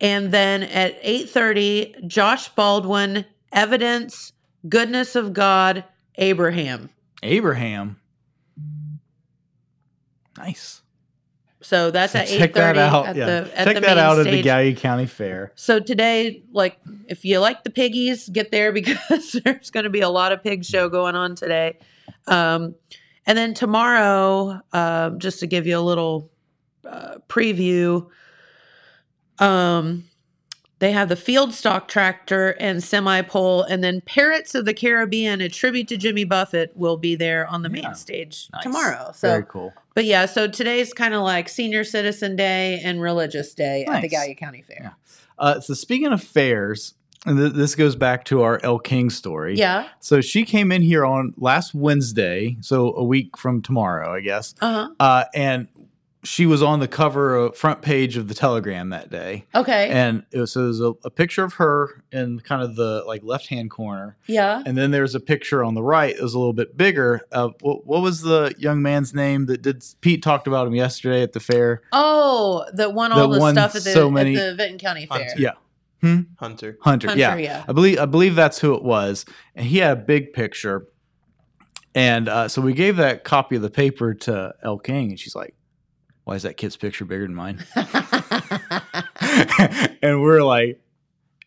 Speaker 2: and then at eight thirty, Josh Baldwin, Evidence, Goodness of God, Abraham.
Speaker 3: Abraham. Nice.
Speaker 2: So that's
Speaker 3: So
Speaker 2: at
Speaker 3: check
Speaker 2: eight
Speaker 3: that
Speaker 2: thirty
Speaker 3: out.
Speaker 2: at
Speaker 3: yeah.
Speaker 2: the at
Speaker 3: check
Speaker 2: the
Speaker 3: that
Speaker 2: main
Speaker 3: out at the
Speaker 2: stage.
Speaker 3: Gallia County Fair.
Speaker 2: So today, like, if you like the piggies, get there because there's going to be a lot of pig show going on today. Um, And then tomorrow, um, just to give you a little uh, preview, um, they have the field stock tractor and semi pole, and then Parrots of the Caribbean, a tribute to Jimmy Buffett, will be there on the
Speaker 5: Yeah.
Speaker 2: main stage
Speaker 5: Nice.
Speaker 2: tomorrow. So,
Speaker 3: Very cool.
Speaker 2: but yeah, so today's kind of like Senior Citizen Day and Religious Day at the
Speaker 5: Nice.
Speaker 2: Gallia County Fair.
Speaker 3: Uh, so speaking of fairs, and th- this goes back to our El King story.
Speaker 2: Yeah.
Speaker 3: So she came in here on last Wednesday, so a week from tomorrow, I guess.
Speaker 2: Uh
Speaker 3: Uh, and she was on the cover of front page of the Telegram that day.
Speaker 2: huh. Okay.
Speaker 3: And it was, so there's a, a picture of her in kind of the like left hand corner,
Speaker 2: yeah.
Speaker 3: and then there's a picture on the right that was a little bit bigger of what, what was the young man's name that did Pete talked about him yesterday at the fair?
Speaker 2: Oh, the one
Speaker 3: The
Speaker 2: all the,
Speaker 3: one
Speaker 2: stuff at the,
Speaker 3: so many-
Speaker 2: at the Benton County Fair.
Speaker 4: Hunter.
Speaker 3: Yeah.
Speaker 4: Hunter.
Speaker 3: Hunter.
Speaker 2: Hunter,
Speaker 3: yeah,
Speaker 2: yeah.
Speaker 3: I believe I believe that's who it was, and he had a big picture. And uh, so we gave that copy of the paper to El King, and she's like, "Why is that kid's picture bigger than mine?" and we're like,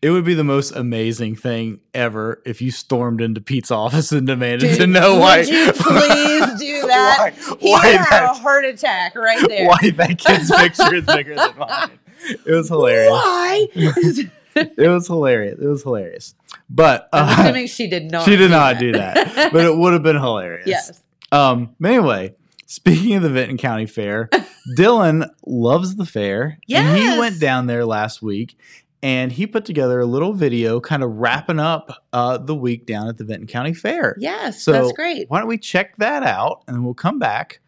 Speaker 3: it would be the most amazing thing ever if you stormed into Pete's office and demanded
Speaker 2: Dude,
Speaker 3: to know
Speaker 2: would
Speaker 3: why.
Speaker 2: you please do that?
Speaker 3: Why,
Speaker 2: he
Speaker 3: why
Speaker 2: would have a
Speaker 3: that,
Speaker 2: heart attack right there.
Speaker 3: why that kid's picture is bigger than mine? It was hilarious.
Speaker 2: Why?
Speaker 3: It was hilarious. It was hilarious. But
Speaker 2: I'm
Speaker 3: uh,
Speaker 2: assuming she did not.
Speaker 3: she did not do that, but it would have been hilarious.
Speaker 2: yes.
Speaker 3: Um. but Anyway, speaking of the Vinton County Fair, Dylan loves the fair. And he
Speaker 2: Yes.
Speaker 3: went down there last week, and he put together a little video, kind of wrapping up uh, the week down at the Vinton County Fair.
Speaker 2: Yes.
Speaker 3: So
Speaker 2: that's great.
Speaker 3: Why don't we check that out, and we'll come back,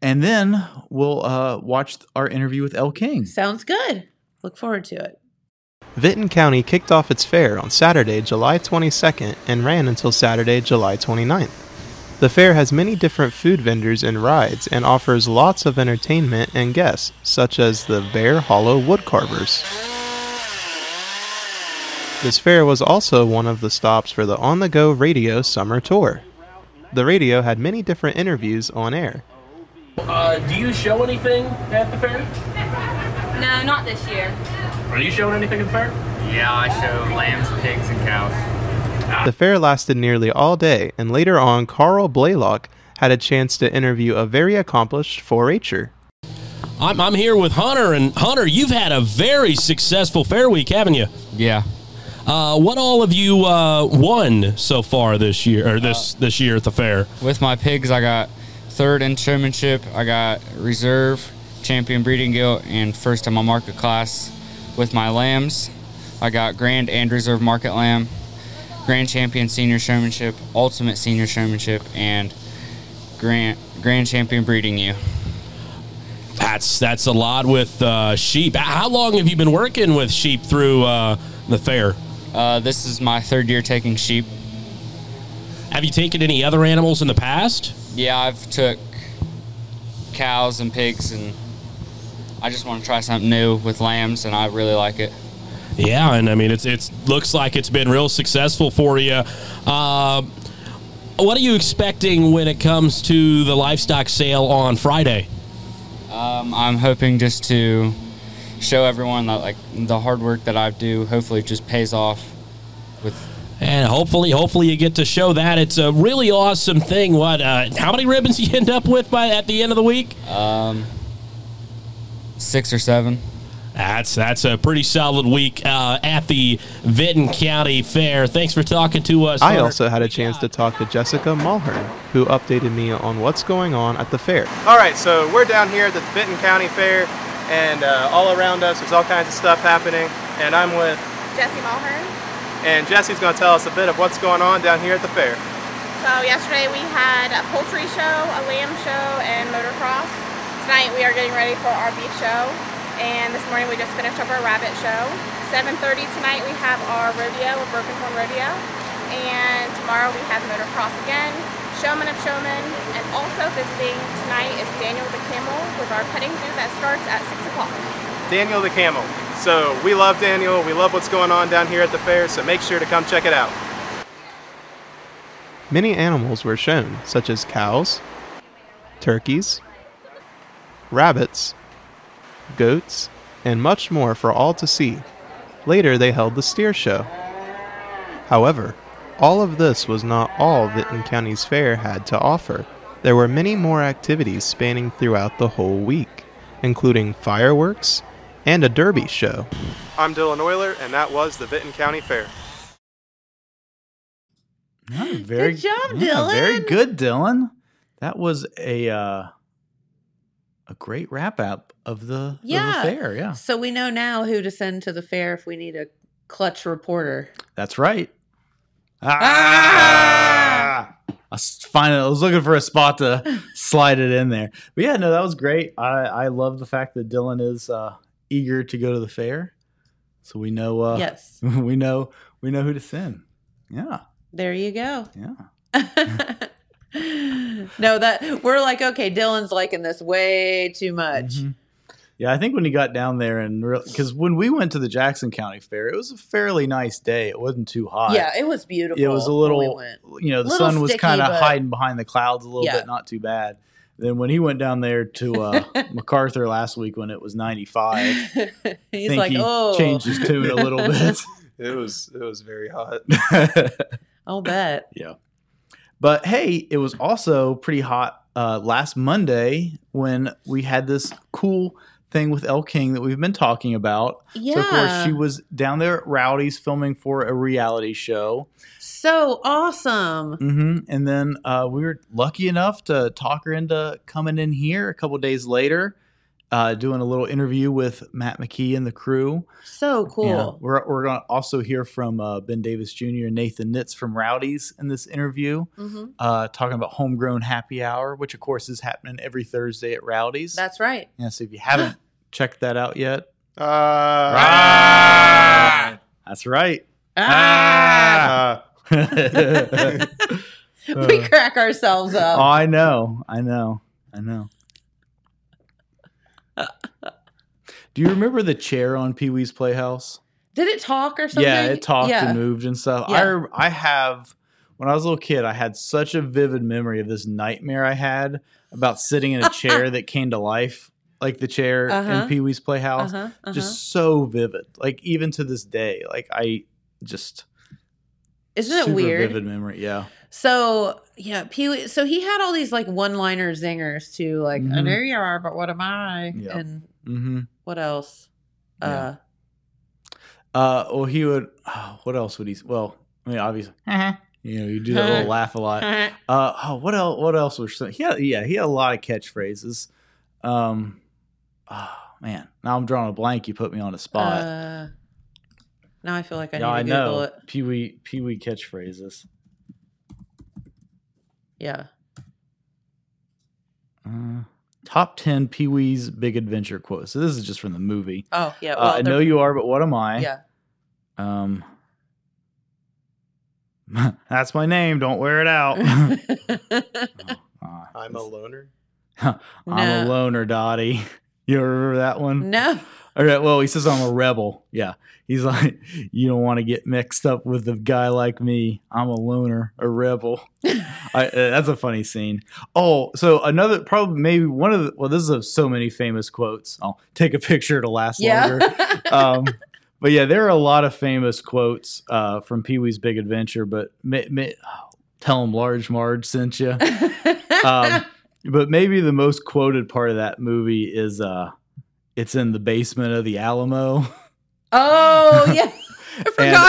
Speaker 3: and then we'll uh, watch our interview with El King.
Speaker 2: Sounds good. Look forward to it.
Speaker 4: Vinton County kicked off its fair on Saturday, July 22nd and ran until Saturday, July 29th. The fair has many different food vendors and rides and offers lots of entertainment and guests, such as the Bear Hollow Woodcarvers. This fair was also one of the stops for the On the Go Radio Summer Tour. The radio had many different interviews on air.
Speaker 6: Uh, do you show anything at the fair?
Speaker 7: No, not this year.
Speaker 6: Are you showing anything at the fair? Yeah, I show lambs, pigs, and cows.
Speaker 4: The fair lasted nearly all day, and later on, Carl Blaylock had a chance to interview a very accomplished 4 H'er.
Speaker 8: I'm, I'm here with Hunter, and Hunter, you've had a very successful fair week, haven't you?
Speaker 9: Yeah.
Speaker 8: Uh, what all have you uh, won so far this year, or this this year at the fair?
Speaker 9: With my pigs, I got third in showmanship, I got reserve, champion breeding guild, and first in my market class. With my lambs, I got grand and reserve market lamb, grand champion senior showmanship, ultimate senior showmanship, and grand grand champion breeding you.
Speaker 8: That's that's a lot with uh, sheep. How long have you been working with sheep through uh, the fair?
Speaker 9: Uh, this is my third year taking sheep.
Speaker 8: Have you taken any other animals in the past?
Speaker 9: Yeah, I've took cows and pigs, and I just want to try something new with lambs, and I really like it.
Speaker 8: Yeah, and I mean it's it's looks like it's been real successful for you. Um what are you expecting when it comes to the livestock sale on Friday?
Speaker 9: Um, I'm hoping just to show everyone that like the hard work that I do hopefully just pays off with
Speaker 8: And hopefully, hopefully you get to show that. It's a really awesome thing. What? Uh, how many ribbons you end up with by at the end of the week?
Speaker 9: Um, six or seven.
Speaker 8: That's that's a pretty solid week uh, at the Vinton County Fair. Thanks for talking to us.
Speaker 4: I
Speaker 8: Hunter.
Speaker 4: also had a chance to talk to Jessica Mulhern, who updated me on what's going on at the fair. All right, so we're down here at the Benton County Fair, and uh, all around us there's all kinds of stuff happening. And I'm with,
Speaker 10: Jesse Mulhern.
Speaker 4: and Jesse's going to tell us a bit of what's going on down here at the fair.
Speaker 10: So yesterday we had a poultry show, a lamb show, and motocross. Tonight we are getting ready for our beef show, and this morning we just finished up our rabbit show. 7:30 tonight we have our rodeo, a broken horn rodeo, and tomorrow we have motocross again. Showman of Showman, and also visiting tonight is Daniel the Camel with our petting zoo that starts at six o'clock.
Speaker 4: Daniel the Camel. So we love Daniel. We love what's going on down here at the fair. So make sure to come check it out. Many animals were shown, such as cows, turkeys, rabbits, goats, and much more for all to see. Later, they held the steer show. However, all of this was not all Vinton County's fair had to offer. There were many more activities spanning throughout the whole week, including fireworks and a derby show. I'm Dylan Euler, and that was the Vinton County Fair.
Speaker 3: Very
Speaker 2: Good job,
Speaker 3: yeah,
Speaker 2: Dylan.
Speaker 3: Very good, Dylan. That was a uh, a great wrap up of the,
Speaker 2: Yeah.
Speaker 3: of the fair. Yeah,
Speaker 2: So we know now who to send to the fair if we need a clutch reporter.
Speaker 3: that's right. Ah! I s- finally I was looking for a spot to slide it in there, but yeah, no, that was great. I I love the fact that Dylan is uh, eager to go to the fair, so we know. Uh,
Speaker 2: Yes.
Speaker 3: we know we know who to send. Yeah,
Speaker 2: There you go.
Speaker 3: yeah.
Speaker 2: No, that we're like, okay, Dylan's liking this way too much.
Speaker 3: Mm-hmm. Yeah, I think when he got down there and because when we went to the Jackson County Fair, it was a fairly nice day. It wasn't too hot.
Speaker 2: Yeah, it was beautiful.
Speaker 3: It was a
Speaker 2: when
Speaker 3: little,
Speaker 2: we went.
Speaker 3: you know, the
Speaker 2: Little
Speaker 3: sun was
Speaker 2: sticky,
Speaker 3: kind of
Speaker 2: but-
Speaker 3: hiding behind the clouds a little
Speaker 2: Yeah.
Speaker 3: bit, not too bad. Then when he went down there to uh, MacArthur last week when it was 95,
Speaker 2: He's
Speaker 3: think
Speaker 2: like,
Speaker 3: he
Speaker 2: oh,
Speaker 3: changed his tune a little bit.
Speaker 4: It was it was very hot.
Speaker 2: I'll bet.
Speaker 3: yeah. But hey, it was also pretty hot uh, last Monday when we had this cool thing with El King that we've been talking about. So, of course,
Speaker 2: Yeah.
Speaker 3: she was down there at Rowdy's filming for a reality show.
Speaker 2: So awesome.
Speaker 3: hmm And then uh, we were lucky enough to talk her into coming in here a couple days later, uh, doing a little interview with Matt McKee and the crew.
Speaker 2: So cool.
Speaker 3: Yeah. We're, we're going to also hear from uh, Ben Davis Jr. and Nathan Nitz from Rowdy's in this interview,
Speaker 2: Mhm.
Speaker 3: uh, talking about homegrown happy hour, which of course is happening every Thursday at Rowdy's.
Speaker 2: That's right.
Speaker 3: yeah, so if you haven't checked that out yet, Uh,
Speaker 4: Uh, Ah.
Speaker 3: that's right. Uh,
Speaker 4: Ah.
Speaker 2: we crack ourselves
Speaker 3: Oh,
Speaker 2: up.
Speaker 3: I know, I know, I know. Do you remember the chair on Pee Wee's Playhouse?
Speaker 2: Did it talk or something?
Speaker 3: Yeah, it talked
Speaker 2: Yeah.
Speaker 3: and moved and stuff.
Speaker 2: Yeah.
Speaker 3: I rem- I have when I was a little kid, I had such a vivid memory of this nightmare I had about sitting in a chair that came to life, like the chair
Speaker 2: Uh-huh.
Speaker 3: in Pee Wee's Playhouse.
Speaker 2: Uh-huh, uh-huh.
Speaker 3: Just so vivid, like even to this day, like I just
Speaker 2: Isn't it
Speaker 3: super
Speaker 2: weird?
Speaker 3: Vivid memory, yeah.
Speaker 2: So yeah, Pee Wee. So he had all these like one-liner zingers too, like I
Speaker 3: Mhm.
Speaker 2: know you are, but what am I?
Speaker 3: Yeah.
Speaker 2: And
Speaker 3: Mm-hmm.
Speaker 2: what else? Uh,
Speaker 3: Uh, well, he would. oh, what else would he? Well, I mean, obviously, you know, you do that little laugh a lot. Uh, oh, what else? What else was? some- He had, yeah, he had a lot of catchphrases. Um, oh man, now I'm drawing a blank. You put me on the spot.
Speaker 2: uh, now I feel like I
Speaker 3: yeah, I
Speaker 2: need to Google
Speaker 3: know.
Speaker 2: it.
Speaker 3: Pee wee, pee wee catchphrases.
Speaker 2: Yeah.
Speaker 3: Uh, top ten Pee Wee's Big Adventure quotes. So this is just from the movie.
Speaker 2: Oh yeah.
Speaker 3: Uh,
Speaker 2: Well,
Speaker 3: I
Speaker 2: they're-
Speaker 3: know you are, but what am I?
Speaker 2: Yeah.
Speaker 3: Um, that's my name. Don't wear it out. Ah,
Speaker 4: I'm a loner.
Speaker 3: I'm a
Speaker 2: No.
Speaker 3: loner, Dottie. You remember that one?
Speaker 2: No.
Speaker 3: All right. Well, he says I'm a rebel. Yeah. He's like, you don't want to get mixed up with a guy like me. I'm a loner, a rebel. I, uh, that's a funny scene. Oh, so another probably maybe one of the well, this is of so many famous quotes. I'll take a picture to last
Speaker 2: Yeah.
Speaker 3: longer. um, but yeah, there are a lot of famous quotes uh, from Pee Wee's Big Adventure. But ma- ma- oh, tell him Large Marge sent you. um, but maybe the most quoted part of that movie is uh, it's in the basement of the Alamo.
Speaker 2: Oh yeah. I forgot
Speaker 3: And, uh,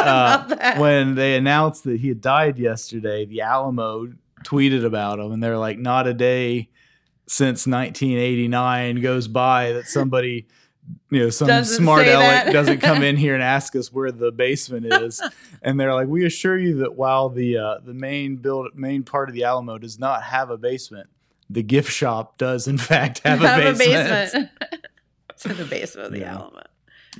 Speaker 2: about that.
Speaker 3: When they announced that he had died yesterday, the Alamo tweeted about him, and they're like, "Not a day since 1989 goes by that somebody." You know, some
Speaker 2: Doesn't
Speaker 3: smart
Speaker 2: say
Speaker 3: aleck
Speaker 2: that.
Speaker 3: doesn't come in here and ask us where the basement is, and they're like, "We assure you that while the uh, the main build main part of the Alamo does not have a basement, the gift shop does in fact have, a, basement.
Speaker 2: it's in the basement of the
Speaker 3: Yeah.
Speaker 2: element.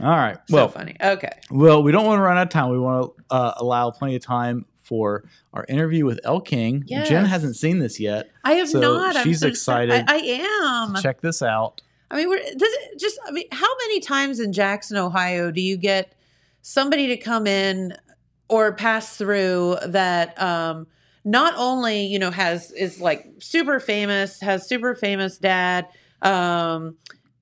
Speaker 3: All right,
Speaker 2: So
Speaker 3: well,
Speaker 2: funny. Okay.
Speaker 3: well, we don't want to run out of time. We want to uh, allow plenty of time for our interview with El King. Jen
Speaker 2: Yes.
Speaker 3: hasn't seen this yet.
Speaker 2: I have
Speaker 3: so
Speaker 2: not. I'm
Speaker 3: she's
Speaker 2: so
Speaker 3: excited.
Speaker 2: I, I am.
Speaker 3: to check this out.
Speaker 2: I mean, we're, does it just? I mean, how many times in Jackson, Ohio, do you get somebody to come in or pass through that um, not only you know has is like super famous, has super famous dad, um,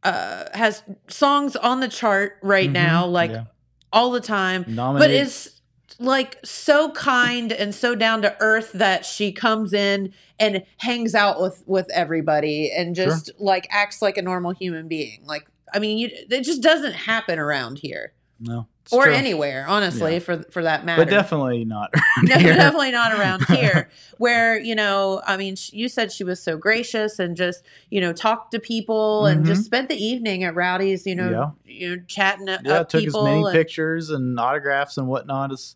Speaker 2: uh, has songs on the chart right
Speaker 3: Mhm,
Speaker 2: now, like
Speaker 3: yeah.
Speaker 2: all the time,
Speaker 3: Nominated
Speaker 2: but is like so kind and so down to earth that she comes in and hangs out with with everybody and just like acts like a normal human being. Like I mean, you, it just doesn't happen around here
Speaker 3: No. it's
Speaker 2: or
Speaker 3: true.
Speaker 2: anywhere, honestly,
Speaker 3: Yeah.
Speaker 2: for for that matter.
Speaker 3: But definitely not.
Speaker 2: no,
Speaker 3: here.
Speaker 2: definitely not around here. Where you know, I mean, sh- you said she was so gracious and just you know talked to people and just
Speaker 3: Mhm.
Speaker 2: spent the evening at Rowdy's. You know, you know, chatting up
Speaker 3: Yeah,
Speaker 2: up
Speaker 3: took as
Speaker 2: Uh, people.
Speaker 3: many
Speaker 2: and-
Speaker 3: pictures and autographs and whatnot as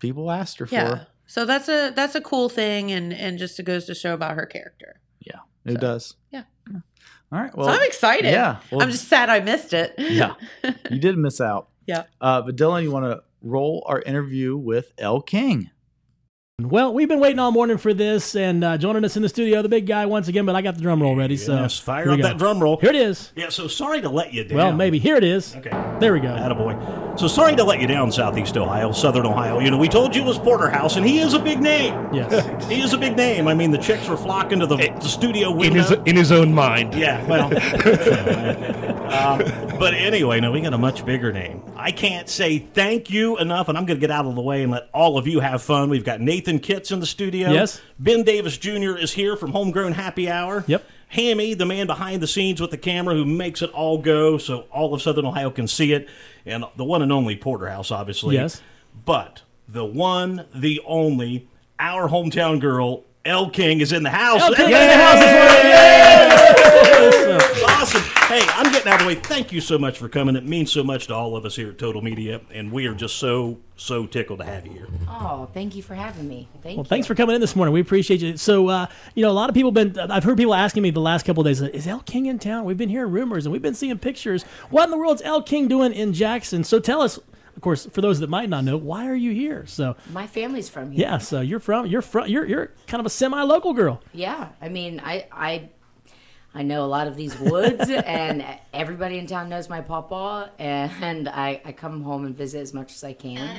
Speaker 3: people asked her
Speaker 2: yeah.
Speaker 3: for.
Speaker 2: So that's a that's a cool thing, and and just it goes to show about her character.
Speaker 3: It does.
Speaker 2: Yeah.
Speaker 3: All right. Well,
Speaker 2: so I'm excited.
Speaker 3: Yeah. well,
Speaker 2: I'm just sad I missed it.
Speaker 3: Yeah. you did miss out.
Speaker 2: Yeah.
Speaker 3: Uh, but Dylan, you want to roll our interview with L King?
Speaker 11: Well, we've been waiting all morning for this, and uh, joining us in the studio, the big guy once again. But I got the drum roll ready, so
Speaker 12: Yes, fire
Speaker 11: here
Speaker 12: up
Speaker 11: we go.
Speaker 12: that drum roll.
Speaker 11: Here it is.
Speaker 12: Yeah, so sorry to let you down.
Speaker 11: Well, maybe here it is.
Speaker 12: Okay.
Speaker 11: There we go.
Speaker 12: Attaboy. So sorry to let you down, Southeast Ohio, Southern Ohio. You know, we told you it was Porterhouse, and he is a big name.
Speaker 11: Yes.
Speaker 12: he is a big name. I mean, the chicks were flocking to the, the studio window.
Speaker 13: in his in his own mind.
Speaker 12: Yeah, well. um, but anyway, no, we got a much bigger name. I can't say thank you enough, and I'm going to get out of the way and let all of you have fun. We've got Nathan Kitts in the studio.
Speaker 11: Yes.
Speaker 12: Ben Davis Jr. is here from Homegrown Happy Hour. Yep. Hammy, the man behind the scenes with the camera who makes it all go so all of Southern Ohio can see it, and the one and only Porterhouse, obviously.
Speaker 11: Yes.
Speaker 12: But the one, the only, our hometown girl, El King, is in the house.
Speaker 11: El King in the
Speaker 12: Everybody-
Speaker 11: house is right.
Speaker 12: Awesome. Hey, I'm getting out of the way. Thank you so much for coming. It means so much to all of us here at Total Media, and we are just so, so tickled to have you here.
Speaker 14: Oh, thank you for having me. Thank
Speaker 11: Well,
Speaker 14: you.
Speaker 11: thanks for coming in this morning. We appreciate you. So, uh, you know, a lot of people been. I've heard people asking me the last couple of days, "Is El King in town?" We've been hearing rumors and we've been seeing pictures. What in the world's El King doing in Jackson? So tell us, of course, for those that might not know, why are you here? So,
Speaker 14: My family's from here.
Speaker 11: yeah, so you're from you're from you're you're kind of a semi-local girl.
Speaker 14: Yeah. I mean, I I I know a lot of these woods, and everybody in town knows my papa, and I I come home and visit as much as I can.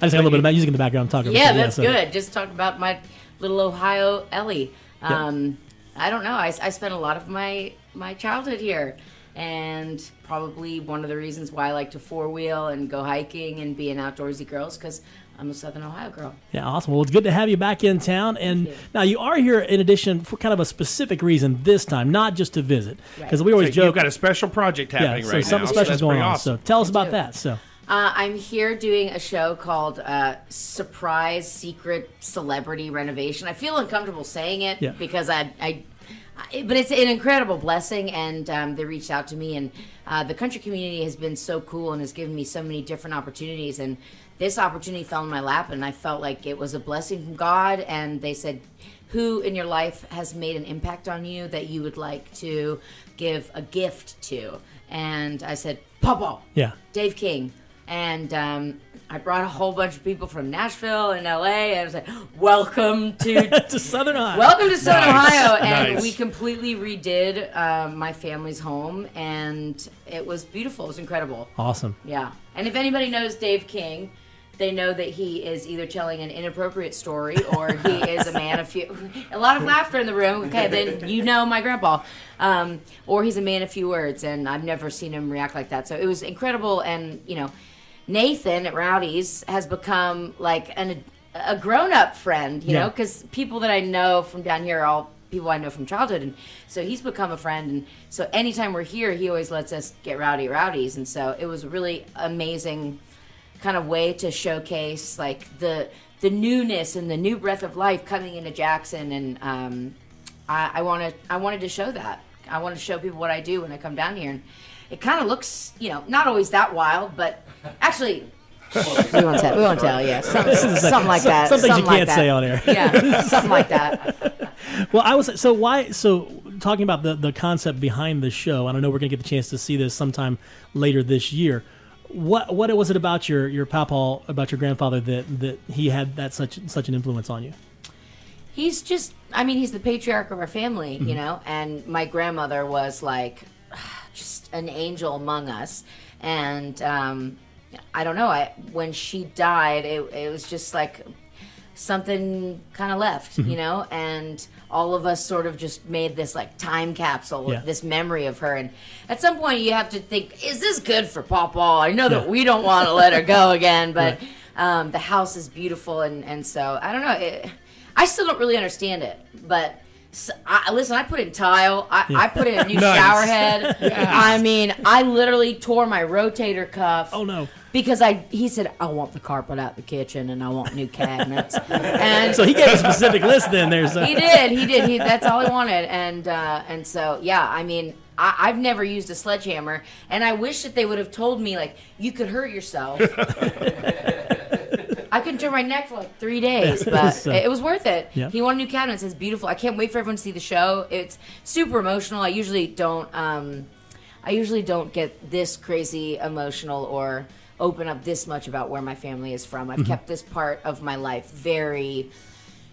Speaker 11: I just got a little bit of music in the background. I'm talking.
Speaker 14: yeah,
Speaker 11: about
Speaker 14: that's good. Just talk about my little Ohio Ellie.
Speaker 11: Yeah.
Speaker 14: Um, I don't know. I, I spent a lot of my my childhood here, and probably one of the reasons why I like to four wheel and go hiking and be an outdoorsy girl is because I'm a Southern Ohio girl.
Speaker 11: Yeah, awesome. Well, it's good to have you back in town. And now you are here in addition for kind of a specific reason this time, not just to visit, because we always
Speaker 13: So
Speaker 11: joke.
Speaker 13: You've got a special project happening
Speaker 11: yeah, so
Speaker 13: right
Speaker 11: something
Speaker 13: now. so
Speaker 11: special's
Speaker 13: that's
Speaker 11: going
Speaker 13: pretty
Speaker 11: on.
Speaker 13: Awesome.
Speaker 11: So tell us about
Speaker 14: do.
Speaker 11: that. So
Speaker 14: Uh, I'm here doing a show called uh, Surprise Secret Celebrity Renovation. I feel uncomfortable saying it
Speaker 11: Yeah.
Speaker 14: because I, I, I, but it's an incredible blessing, and um, they reached out to me, and uh, the country community has been so cool and has given me so many different opportunities, and this opportunity fell in my lap, and I felt like it was a blessing from God, and they said. Who in your life has made an impact on you that you would like to give a gift to? And I said, Papa,
Speaker 11: yeah,
Speaker 14: Dave King. And um, I brought a whole bunch of people from Nashville and LA. And I was like, welcome to,
Speaker 11: to Southern Ohio.
Speaker 14: Welcome to Southern
Speaker 11: Nice.
Speaker 14: Ohio. And
Speaker 11: Nice.
Speaker 14: we completely redid um, my family's home. And it was beautiful. It was incredible.
Speaker 11: awesome.
Speaker 14: Yeah. And if anybody knows Dave King, they know that he is either telling an inappropriate story or he is a man of few. A lot of laughter in the room. Okay, then you know my grandpa. Um, or he's a man of few words, and I've never seen him react like that. So it was incredible. And, you know, Nathan at Rowdy's has become like an, a grown up friend, you know,
Speaker 11: Yeah.
Speaker 14: 'cause because people that I know from down here are all people I know from childhood, and so he's become a friend. And so anytime we're here, he always lets us get rowdy rowdies, and so it was a really amazing kind of way to showcase like the the newness and the new breath of life coming into Jackson, and um, I, I want to I wanted to show that I want to show people what I do when I come down here, and it kind of looks you know not always that wild, but actually. we won't tell. We won't tell. Yeah, Some-
Speaker 11: This is like-
Speaker 14: something, like
Speaker 11: some-
Speaker 14: that.
Speaker 11: some things you
Speaker 14: something like
Speaker 11: can't
Speaker 14: that.
Speaker 11: say on air.
Speaker 14: Yeah, something like that.
Speaker 11: Well, I was so why so talking about the the concept behind the show, and I know we're gonna get the chance to see this sometime later this year. What what was it about your your papa about your grandfather that that he had that such such an influence on you?
Speaker 14: he's just i mean he's the patriarch of our family you
Speaker 11: Mhm.
Speaker 14: know and my grandmother was like just an angel among us and um, i don't know i when she died it, it was just like something kind of left,
Speaker 11: Mhm.
Speaker 14: you know, and all of us sort of just made this like time capsule,
Speaker 11: Yeah.
Speaker 14: this memory of her. And at some point, you have to think, is this good for Papa? I know that
Speaker 11: Yeah.
Speaker 14: we don't want to let her go again, but um, the house is beautiful, and and so I don't know. It, I still don't really understand it, but. s I listen, I put in tile. I, I put in a new
Speaker 15: Nice.
Speaker 14: shower head.
Speaker 15: Yes.
Speaker 14: I mean, I literally tore my rotator cuff. Oh no! Because I, he said, I want the carpet out the kitchen and I want new cabinets. and
Speaker 11: so he gave a specific list. Then there's uh,
Speaker 14: he did. He did. He, that's all he wanted. And uh, and so yeah, I mean, I, I've never used a sledgehammer, and I wish that they would have told me like you could hurt yourself. I couldn't turn my neck for like three days, but
Speaker 15: So-
Speaker 14: it, it was worth it.
Speaker 15: Yeah.
Speaker 14: He wanted new cabinets. It's beautiful. I can't wait for everyone to see the show. It's super emotional. I usually don't. Um, I usually don't get this crazy emotional or open up this much about where my family is from. I've
Speaker 15: Mhm.
Speaker 14: kept this part of my life very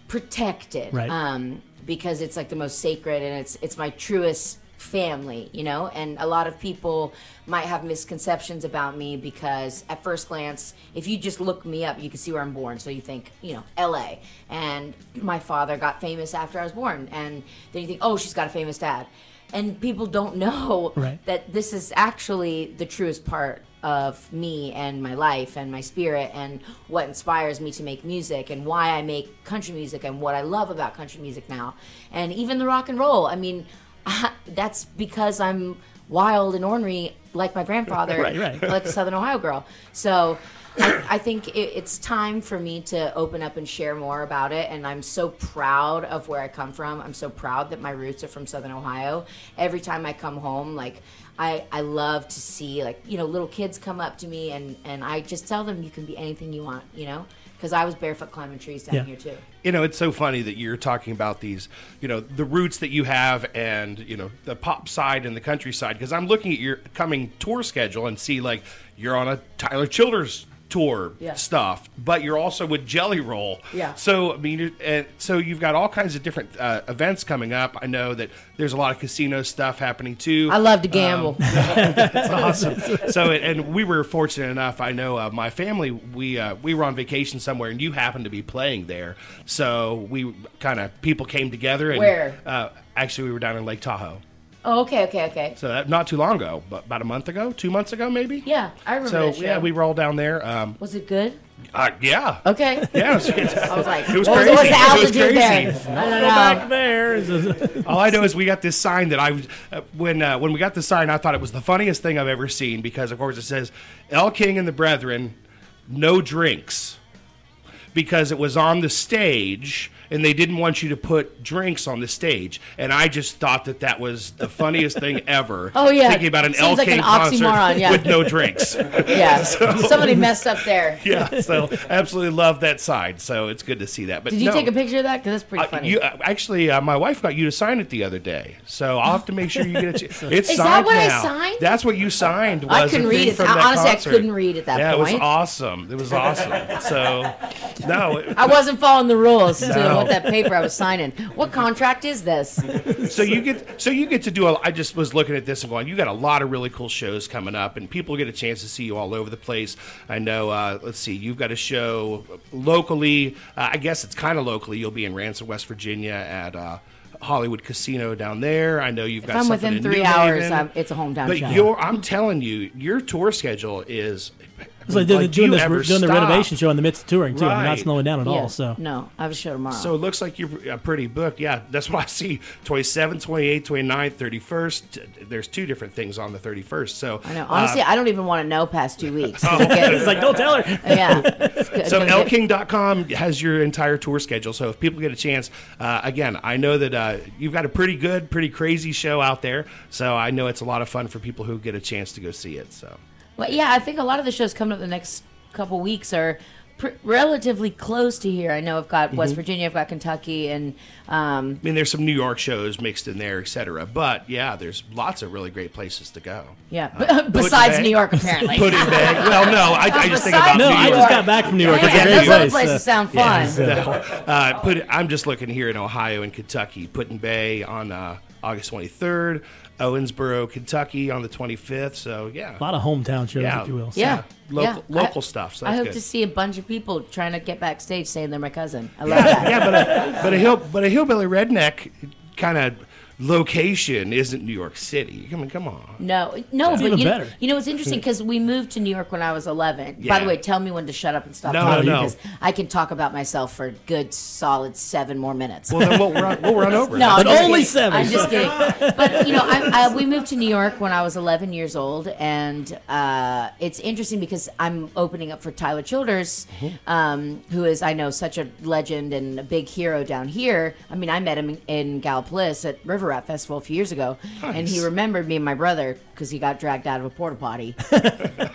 Speaker 14: protected
Speaker 15: Right.
Speaker 14: um, because it's like the most sacred and it's it's my truest family you know and a lot of people might have misconceptions about me because at first glance if you just look me up you can see where i'm born so you think you know la and my father got famous after i was born and then you think oh she's got a famous dad and people don't know
Speaker 15: Right.
Speaker 14: that this is actually the truest part of me and my life and my spirit and what inspires me to make music and why I make country music and what I love about country music now and even the rock and roll. I mean, that's because I'm wild and ornery like my grandfather,
Speaker 15: Right, right.
Speaker 14: like a Southern Ohio girl. So I, I think it, it's time for me to open up and share more about it. And I'm so proud of where I come from. I'm so proud that my roots are from Southern Ohio. Every time I come home, like I, I love to see like you know little kids come up to me and and I just tell them you can be anything you want, you know, because I was barefoot climbing trees down
Speaker 13: Yeah.
Speaker 14: here too.
Speaker 13: You know, it's so funny that you're talking about these, you know, the roots that you have and, you know, the pop side and the countryside. Because I'm looking at your coming tour schedule and see, like, you're on a Tyler Childers tour
Speaker 15: Yeah.
Speaker 13: stuff, but you're also with Jelly Roll.
Speaker 15: Yeah.
Speaker 13: So, I mean, you're- and so you've got all kinds of different uh, events coming up. I know that there's a lot of casino stuff happening too.
Speaker 14: I love to
Speaker 13: Um,
Speaker 14: gamble.
Speaker 13: That's awesome. So, and- and we were fortunate enough. I know uh, my family. We uh, we were on vacation somewhere, and you happened to be playing there. So we kind of people came together. And,
Speaker 14: Where?
Speaker 13: Uh, actually, we were down in Lake Tahoe.
Speaker 14: Oh, okay, okay, okay.
Speaker 13: So that, not too long ago, but about a month ago, two months ago, maybe.
Speaker 14: Yeah, I remember.
Speaker 13: So
Speaker 14: that show.
Speaker 13: yeah, we were all down there. Um,
Speaker 14: was it good?
Speaker 13: uh, yeah.
Speaker 14: Okay.
Speaker 13: Yeah. It was,
Speaker 14: I was like,
Speaker 13: it was
Speaker 14: what was- what's the
Speaker 13: crazy. It was
Speaker 14: altitude there?
Speaker 13: crazy.
Speaker 14: I don't know. Back
Speaker 11: there.
Speaker 13: All I know is we got this sign that I was- uh, when uh, when we got the sign, I thought it was the funniest thing I've ever seen because of course it says El King and the Brethren, no drinks, because it was on the stage and they didn't want you to put drinks on the stage, and I just thought that that was the funniest thing ever.
Speaker 14: Oh, yeah.
Speaker 13: thinking about an
Speaker 14: Seems
Speaker 13: El
Speaker 14: like
Speaker 13: King
Speaker 14: an
Speaker 13: concert
Speaker 14: oxymoron, yeah.
Speaker 13: with no drinks.
Speaker 14: Yeah, somebody messed up there.
Speaker 13: Yeah, so absolutely love that sign. So it's good to see that. But
Speaker 14: Did you
Speaker 13: no.
Speaker 14: take a picture of that? Because that's pretty
Speaker 13: Uh,
Speaker 14: funny.
Speaker 13: you, uh, actually, uh, my wife got you to sign it the other day, so I'll have to make sure you get it. It's
Speaker 14: Is that
Speaker 13: signed
Speaker 14: what I
Speaker 13: now.
Speaker 14: signed?
Speaker 13: That's what you signed. Was
Speaker 14: I couldn't
Speaker 13: the
Speaker 14: read
Speaker 13: thing
Speaker 14: it.
Speaker 13: From that
Speaker 14: Honestly, I
Speaker 13: concert.
Speaker 14: couldn't read at that
Speaker 13: yeah, it was
Speaker 14: point.
Speaker 13: awesome. It was awesome. So, no, it-
Speaker 14: I wasn't following the rules to
Speaker 13: No.
Speaker 14: what that paper I was signing. What contract is this?
Speaker 13: so you get so you get to do a I just was looking at this and going you got a lot of really cool shows coming up and people get a chance to see you all over the place I know uh, let's see you've got a show locally uh, I guess it's kind of locally you'll be in Ransom West Virginia at uh, Hollywood Casino down there I know you've
Speaker 14: If
Speaker 13: got
Speaker 14: I'm
Speaker 13: something
Speaker 14: within
Speaker 13: in
Speaker 14: three
Speaker 13: New
Speaker 14: hours,
Speaker 13: Haven.
Speaker 14: I'm, it's a hometown
Speaker 13: but
Speaker 14: show.
Speaker 13: your I'm telling you your tour schedule is
Speaker 11: It's like, doing-
Speaker 13: like, do
Speaker 11: doing
Speaker 13: you
Speaker 11: this,
Speaker 13: ever
Speaker 11: doing the
Speaker 13: stop?
Speaker 11: renovation show in the midst of touring too. I'm not
Speaker 13: Right.
Speaker 11: slowing down at
Speaker 13: Yeah.
Speaker 11: all. So
Speaker 14: no, I have a show tomorrow.
Speaker 13: So it looks like you're uh, pretty booked. Yeah, that's what I see. 27, 28, 29, 31st. T- There's two different things on the 31st. So uh,
Speaker 14: I know. Honestly, I don't even want to know past two weeks.
Speaker 13: Oh. It's like,
Speaker 11: don't tell her.
Speaker 14: Yeah. It's good-
Speaker 13: so
Speaker 14: gonna get-
Speaker 13: lking.com has your entire tour schedule. So if people get a chance, uh, again, I know that uh, you've got a pretty good, pretty crazy show out there. So I know it's a lot of fun for people who get a chance to go see it. So
Speaker 14: Well, yeah, I think a lot of the shows coming up the next couple weeks are pr- relatively close to here. I know I've got West
Speaker 13: Mhm.
Speaker 14: Virginia, I've got Kentucky, and
Speaker 13: I
Speaker 14: um,
Speaker 13: mean, there's some New York shows mixed in there, et cetera. But yeah, there's lots of really great places to go.
Speaker 14: yeah,
Speaker 13: Uh,
Speaker 14: besides
Speaker 13: Putin
Speaker 14: New York,
Speaker 13: Bank-
Speaker 14: apparently.
Speaker 13: Putin Bank. Well, no, I, I just think about
Speaker 11: No,
Speaker 13: New
Speaker 11: I
Speaker 13: York.
Speaker 11: just got back from New York. It's a
Speaker 14: Yeah,
Speaker 11: great
Speaker 14: those other
Speaker 11: place.
Speaker 14: places
Speaker 11: Uh,
Speaker 14: sound fun.
Speaker 13: No, uh, put, I'm just looking here in Ohio and Kentucky. Put in Bay on uh, August 23rd, Owensboro, Kentucky on the 25th. So, yeah.
Speaker 11: A lot of hometown shows,
Speaker 13: Yeah.
Speaker 11: if you will.
Speaker 14: Yeah.
Speaker 13: Local,
Speaker 14: yeah.
Speaker 13: local stuff. So
Speaker 14: I
Speaker 13: that's
Speaker 14: hope
Speaker 13: good.
Speaker 14: to see a bunch of people trying to get backstage saying they're my cousin. I love that.
Speaker 13: yeah, but uh, a, but a hill but a hillbilly redneck kind of location isn't New York City. I mean, come on.
Speaker 14: No, no,
Speaker 13: It's
Speaker 14: but
Speaker 13: even
Speaker 14: you,
Speaker 13: better.
Speaker 14: you know it's interesting because we moved to New York when I was 11. By
Speaker 13: Yeah.
Speaker 14: the way, tell me when to shut up and stop
Speaker 13: No,
Speaker 14: talking
Speaker 13: no, no.
Speaker 14: because I can talk about myself for a good solid seven more minutes.
Speaker 13: Well, then we'll run- we'll run over it.
Speaker 14: No, I'm
Speaker 13: But
Speaker 14: just
Speaker 13: only
Speaker 14: kidding.
Speaker 13: seven.
Speaker 14: I'm just kidding. But you know, I, I, we moved to New York when I was 11 years old, and uh, it's interesting because I'm opening up for Tyler Childers, um, who is I know such a legend and a big hero down here. I mean, I met him in, in Gallipolis at River Rat Festival a few years ago, and he
Speaker 15: Nice.
Speaker 14: remembered me and my brother because he got dragged out of a porta potty.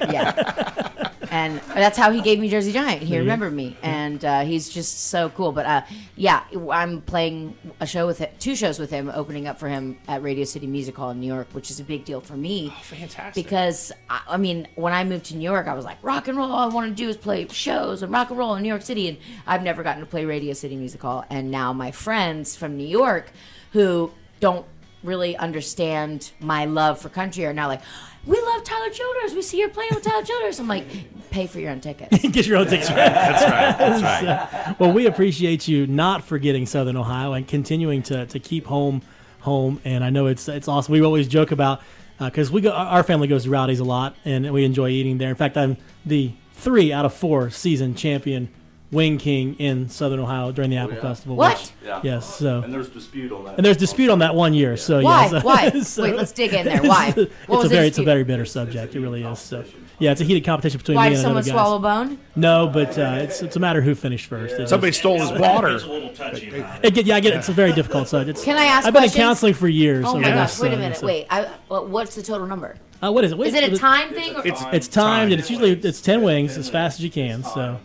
Speaker 14: yeah. And that's how he gave me Jersey Giant. He
Speaker 15: There you go.
Speaker 14: remembered me, and uh, he's just so cool. But uh, yeah, I'm playing a show with him, two shows with him, opening up for him at Radio City Music Hall in New York, which is a big deal for me. Oh,
Speaker 13: fantastic!
Speaker 14: Because I, I mean, when I moved to New York, I was like, rock and roll. All I want to do is play shows and rock and roll in New York City, and I've never gotten to play Radio City Music Hall. And now my friends from New York, who don't really understand my love for country, are now like. We love Tyler Childers. We see you're playing with Tyler Childers. I'm like, pay for your own ticket.
Speaker 11: Get your own tickets.
Speaker 14: That's right.
Speaker 11: That's right. well, we appreciate you not forgetting Southern Ohio and continuing to, to keep home home. And I know it's it's awesome. We always joke about because we go our our family goes to Rowdy's a lot and we enjoy eating there. In fact, I'm the three out of four season champion wing king in Southern Ohio during the Apple
Speaker 16: Oh, yeah.
Speaker 11: Festival.
Speaker 16: What?
Speaker 11: which-
Speaker 16: Yeah.
Speaker 11: Yes. So
Speaker 16: And there's dispute on that.
Speaker 11: And there's dispute on that one year. So
Speaker 14: Why?
Speaker 11: yeah, Oh, so-
Speaker 14: Why? Wait, let's dig in there. Why?
Speaker 11: It's
Speaker 14: What
Speaker 11: a
Speaker 14: was the
Speaker 11: very, it's a
Speaker 14: dispute?
Speaker 11: very bitter subject. It really is. So, yeah, it's a heated competition between
Speaker 14: Why
Speaker 11: me
Speaker 14: did
Speaker 11: and
Speaker 14: someone
Speaker 11: another guy.
Speaker 14: swallow a bone?
Speaker 11: No, but uh, it's it's a matter of who finished first. It's
Speaker 13: Somebody
Speaker 11: just-
Speaker 13: stole his water.
Speaker 11: It get, yeah, I get it. It's a very difficult subject.
Speaker 14: Can I ask
Speaker 11: I've been
Speaker 14: questions?
Speaker 11: in counseling for years.
Speaker 14: Oh
Speaker 11: over
Speaker 14: my
Speaker 11: this,
Speaker 14: gosh! Wait
Speaker 11: uh,
Speaker 14: a minute.
Speaker 11: this, uh,
Speaker 14: Wait. I, well, what's the total number?
Speaker 11: Uh, what is it? What
Speaker 14: Is it a
Speaker 11: what
Speaker 14: time thing? Or?
Speaker 11: It's, it's timed, and it's usually it's ten wings as fast as you can. So,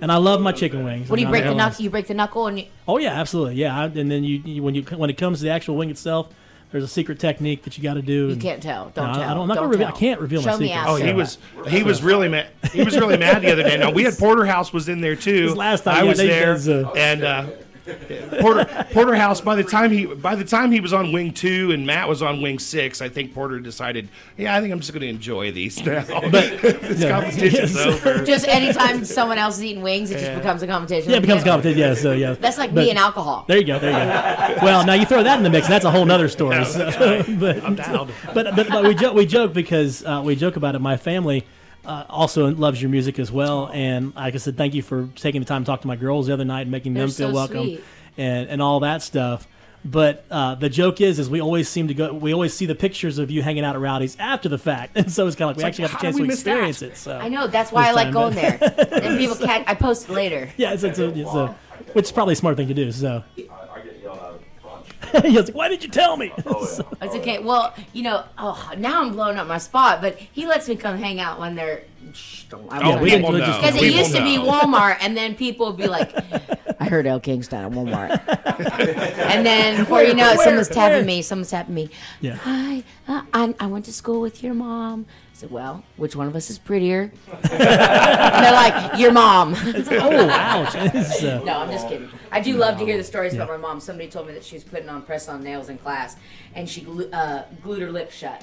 Speaker 11: and I love my chicken wings.
Speaker 14: What do you
Speaker 11: I'm
Speaker 14: break the
Speaker 11: not-
Speaker 14: knuckle? You break the knuckle and you.
Speaker 11: Oh yeah, absolutely. Yeah, I- and then you, you when you when it comes to the actual wing itself, there's a secret technique that you got to do.
Speaker 14: You
Speaker 11: and-
Speaker 14: can't tell. Don't
Speaker 11: No, I- I,
Speaker 14: tell.
Speaker 11: don't, I'm not
Speaker 14: Don't
Speaker 11: gonna reveal- I
Speaker 14: tell.
Speaker 11: can't reveal my
Speaker 14: Show me
Speaker 11: secret.
Speaker 14: after.
Speaker 13: Oh, he was he was really mad. He was really mad the other day. Now we had Porterhouse was in there too.
Speaker 11: This last time,
Speaker 13: I
Speaker 11: yeah,
Speaker 13: was
Speaker 11: they
Speaker 13: there,
Speaker 11: guys, uh,
Speaker 13: and uh, Porter Porterhouse. By the time he by the time he was on wing two and Matt was on wing six, I think Porter decided, yeah, I think I'm just going to enjoy these now. But this
Speaker 11: Yeah.
Speaker 13: competition's
Speaker 11: Yes.
Speaker 13: over.
Speaker 14: Just anytime someone else is eating wings, it just
Speaker 11: Yeah.
Speaker 14: becomes a competition.
Speaker 11: Yeah, it becomes competition. Yeah, so yeah.
Speaker 14: That's like
Speaker 11: But-
Speaker 14: me and alcohol.
Speaker 11: There you go. There you go. Well, now you throw that in the mix, and that's a whole nother story.
Speaker 13: Yeah,
Speaker 11: so-
Speaker 13: that's right.
Speaker 11: but,
Speaker 13: I'm down.
Speaker 11: But, but but we joke we joke because uh, we joke about it. My family uh, also loves your music as well, and like I said, thank you for taking the time to talk to my girls the other night and making
Speaker 14: They're
Speaker 11: them feel
Speaker 14: so
Speaker 11: welcome
Speaker 14: sweet.
Speaker 11: and and all that stuff. But uh, the joke is, is we always seem to go, we always see the pictures of you hanging out at Rowdy's after the fact, and so it's kind of like we
Speaker 14: It's like,
Speaker 11: actually got
Speaker 14: how
Speaker 11: the
Speaker 14: did
Speaker 11: chance
Speaker 14: we
Speaker 11: to
Speaker 14: miss that?
Speaker 11: experience it. So
Speaker 14: I know. That's why I
Speaker 11: this
Speaker 14: like
Speaker 11: time,
Speaker 14: going there.
Speaker 11: but-
Speaker 14: Then people catch. I post it later.
Speaker 11: Yeah, it's, it's, a, it's a, which is probably a smart thing to do. So he was like, "Why did you tell me?" So-
Speaker 14: It's okay. Well, you know, oh, now I'm blowing up my spot, but he lets me come hang out when they're.
Speaker 11: Oh, we won't know.
Speaker 14: Because it
Speaker 11: We
Speaker 14: used to
Speaker 11: won't
Speaker 14: be
Speaker 11: know.
Speaker 14: Walmart, and then people would be like, I heard El King's down at Walmart. and then before you know it,
Speaker 15: Where-
Speaker 14: someone's tapping
Speaker 15: where?
Speaker 14: me. Someone's tapping me.
Speaker 15: Yeah.
Speaker 14: Hi, uh, I, I went to school with your mom. I said, Well, which one of us is prettier? and they're like, Your mom.
Speaker 11: oh, ouch. It's, uh,
Speaker 14: no, I'm just kidding. I do love to hear the stories about my mom. Somebody told me that she was putting on press on nails in class, and she glu- uh, glued her lips shut.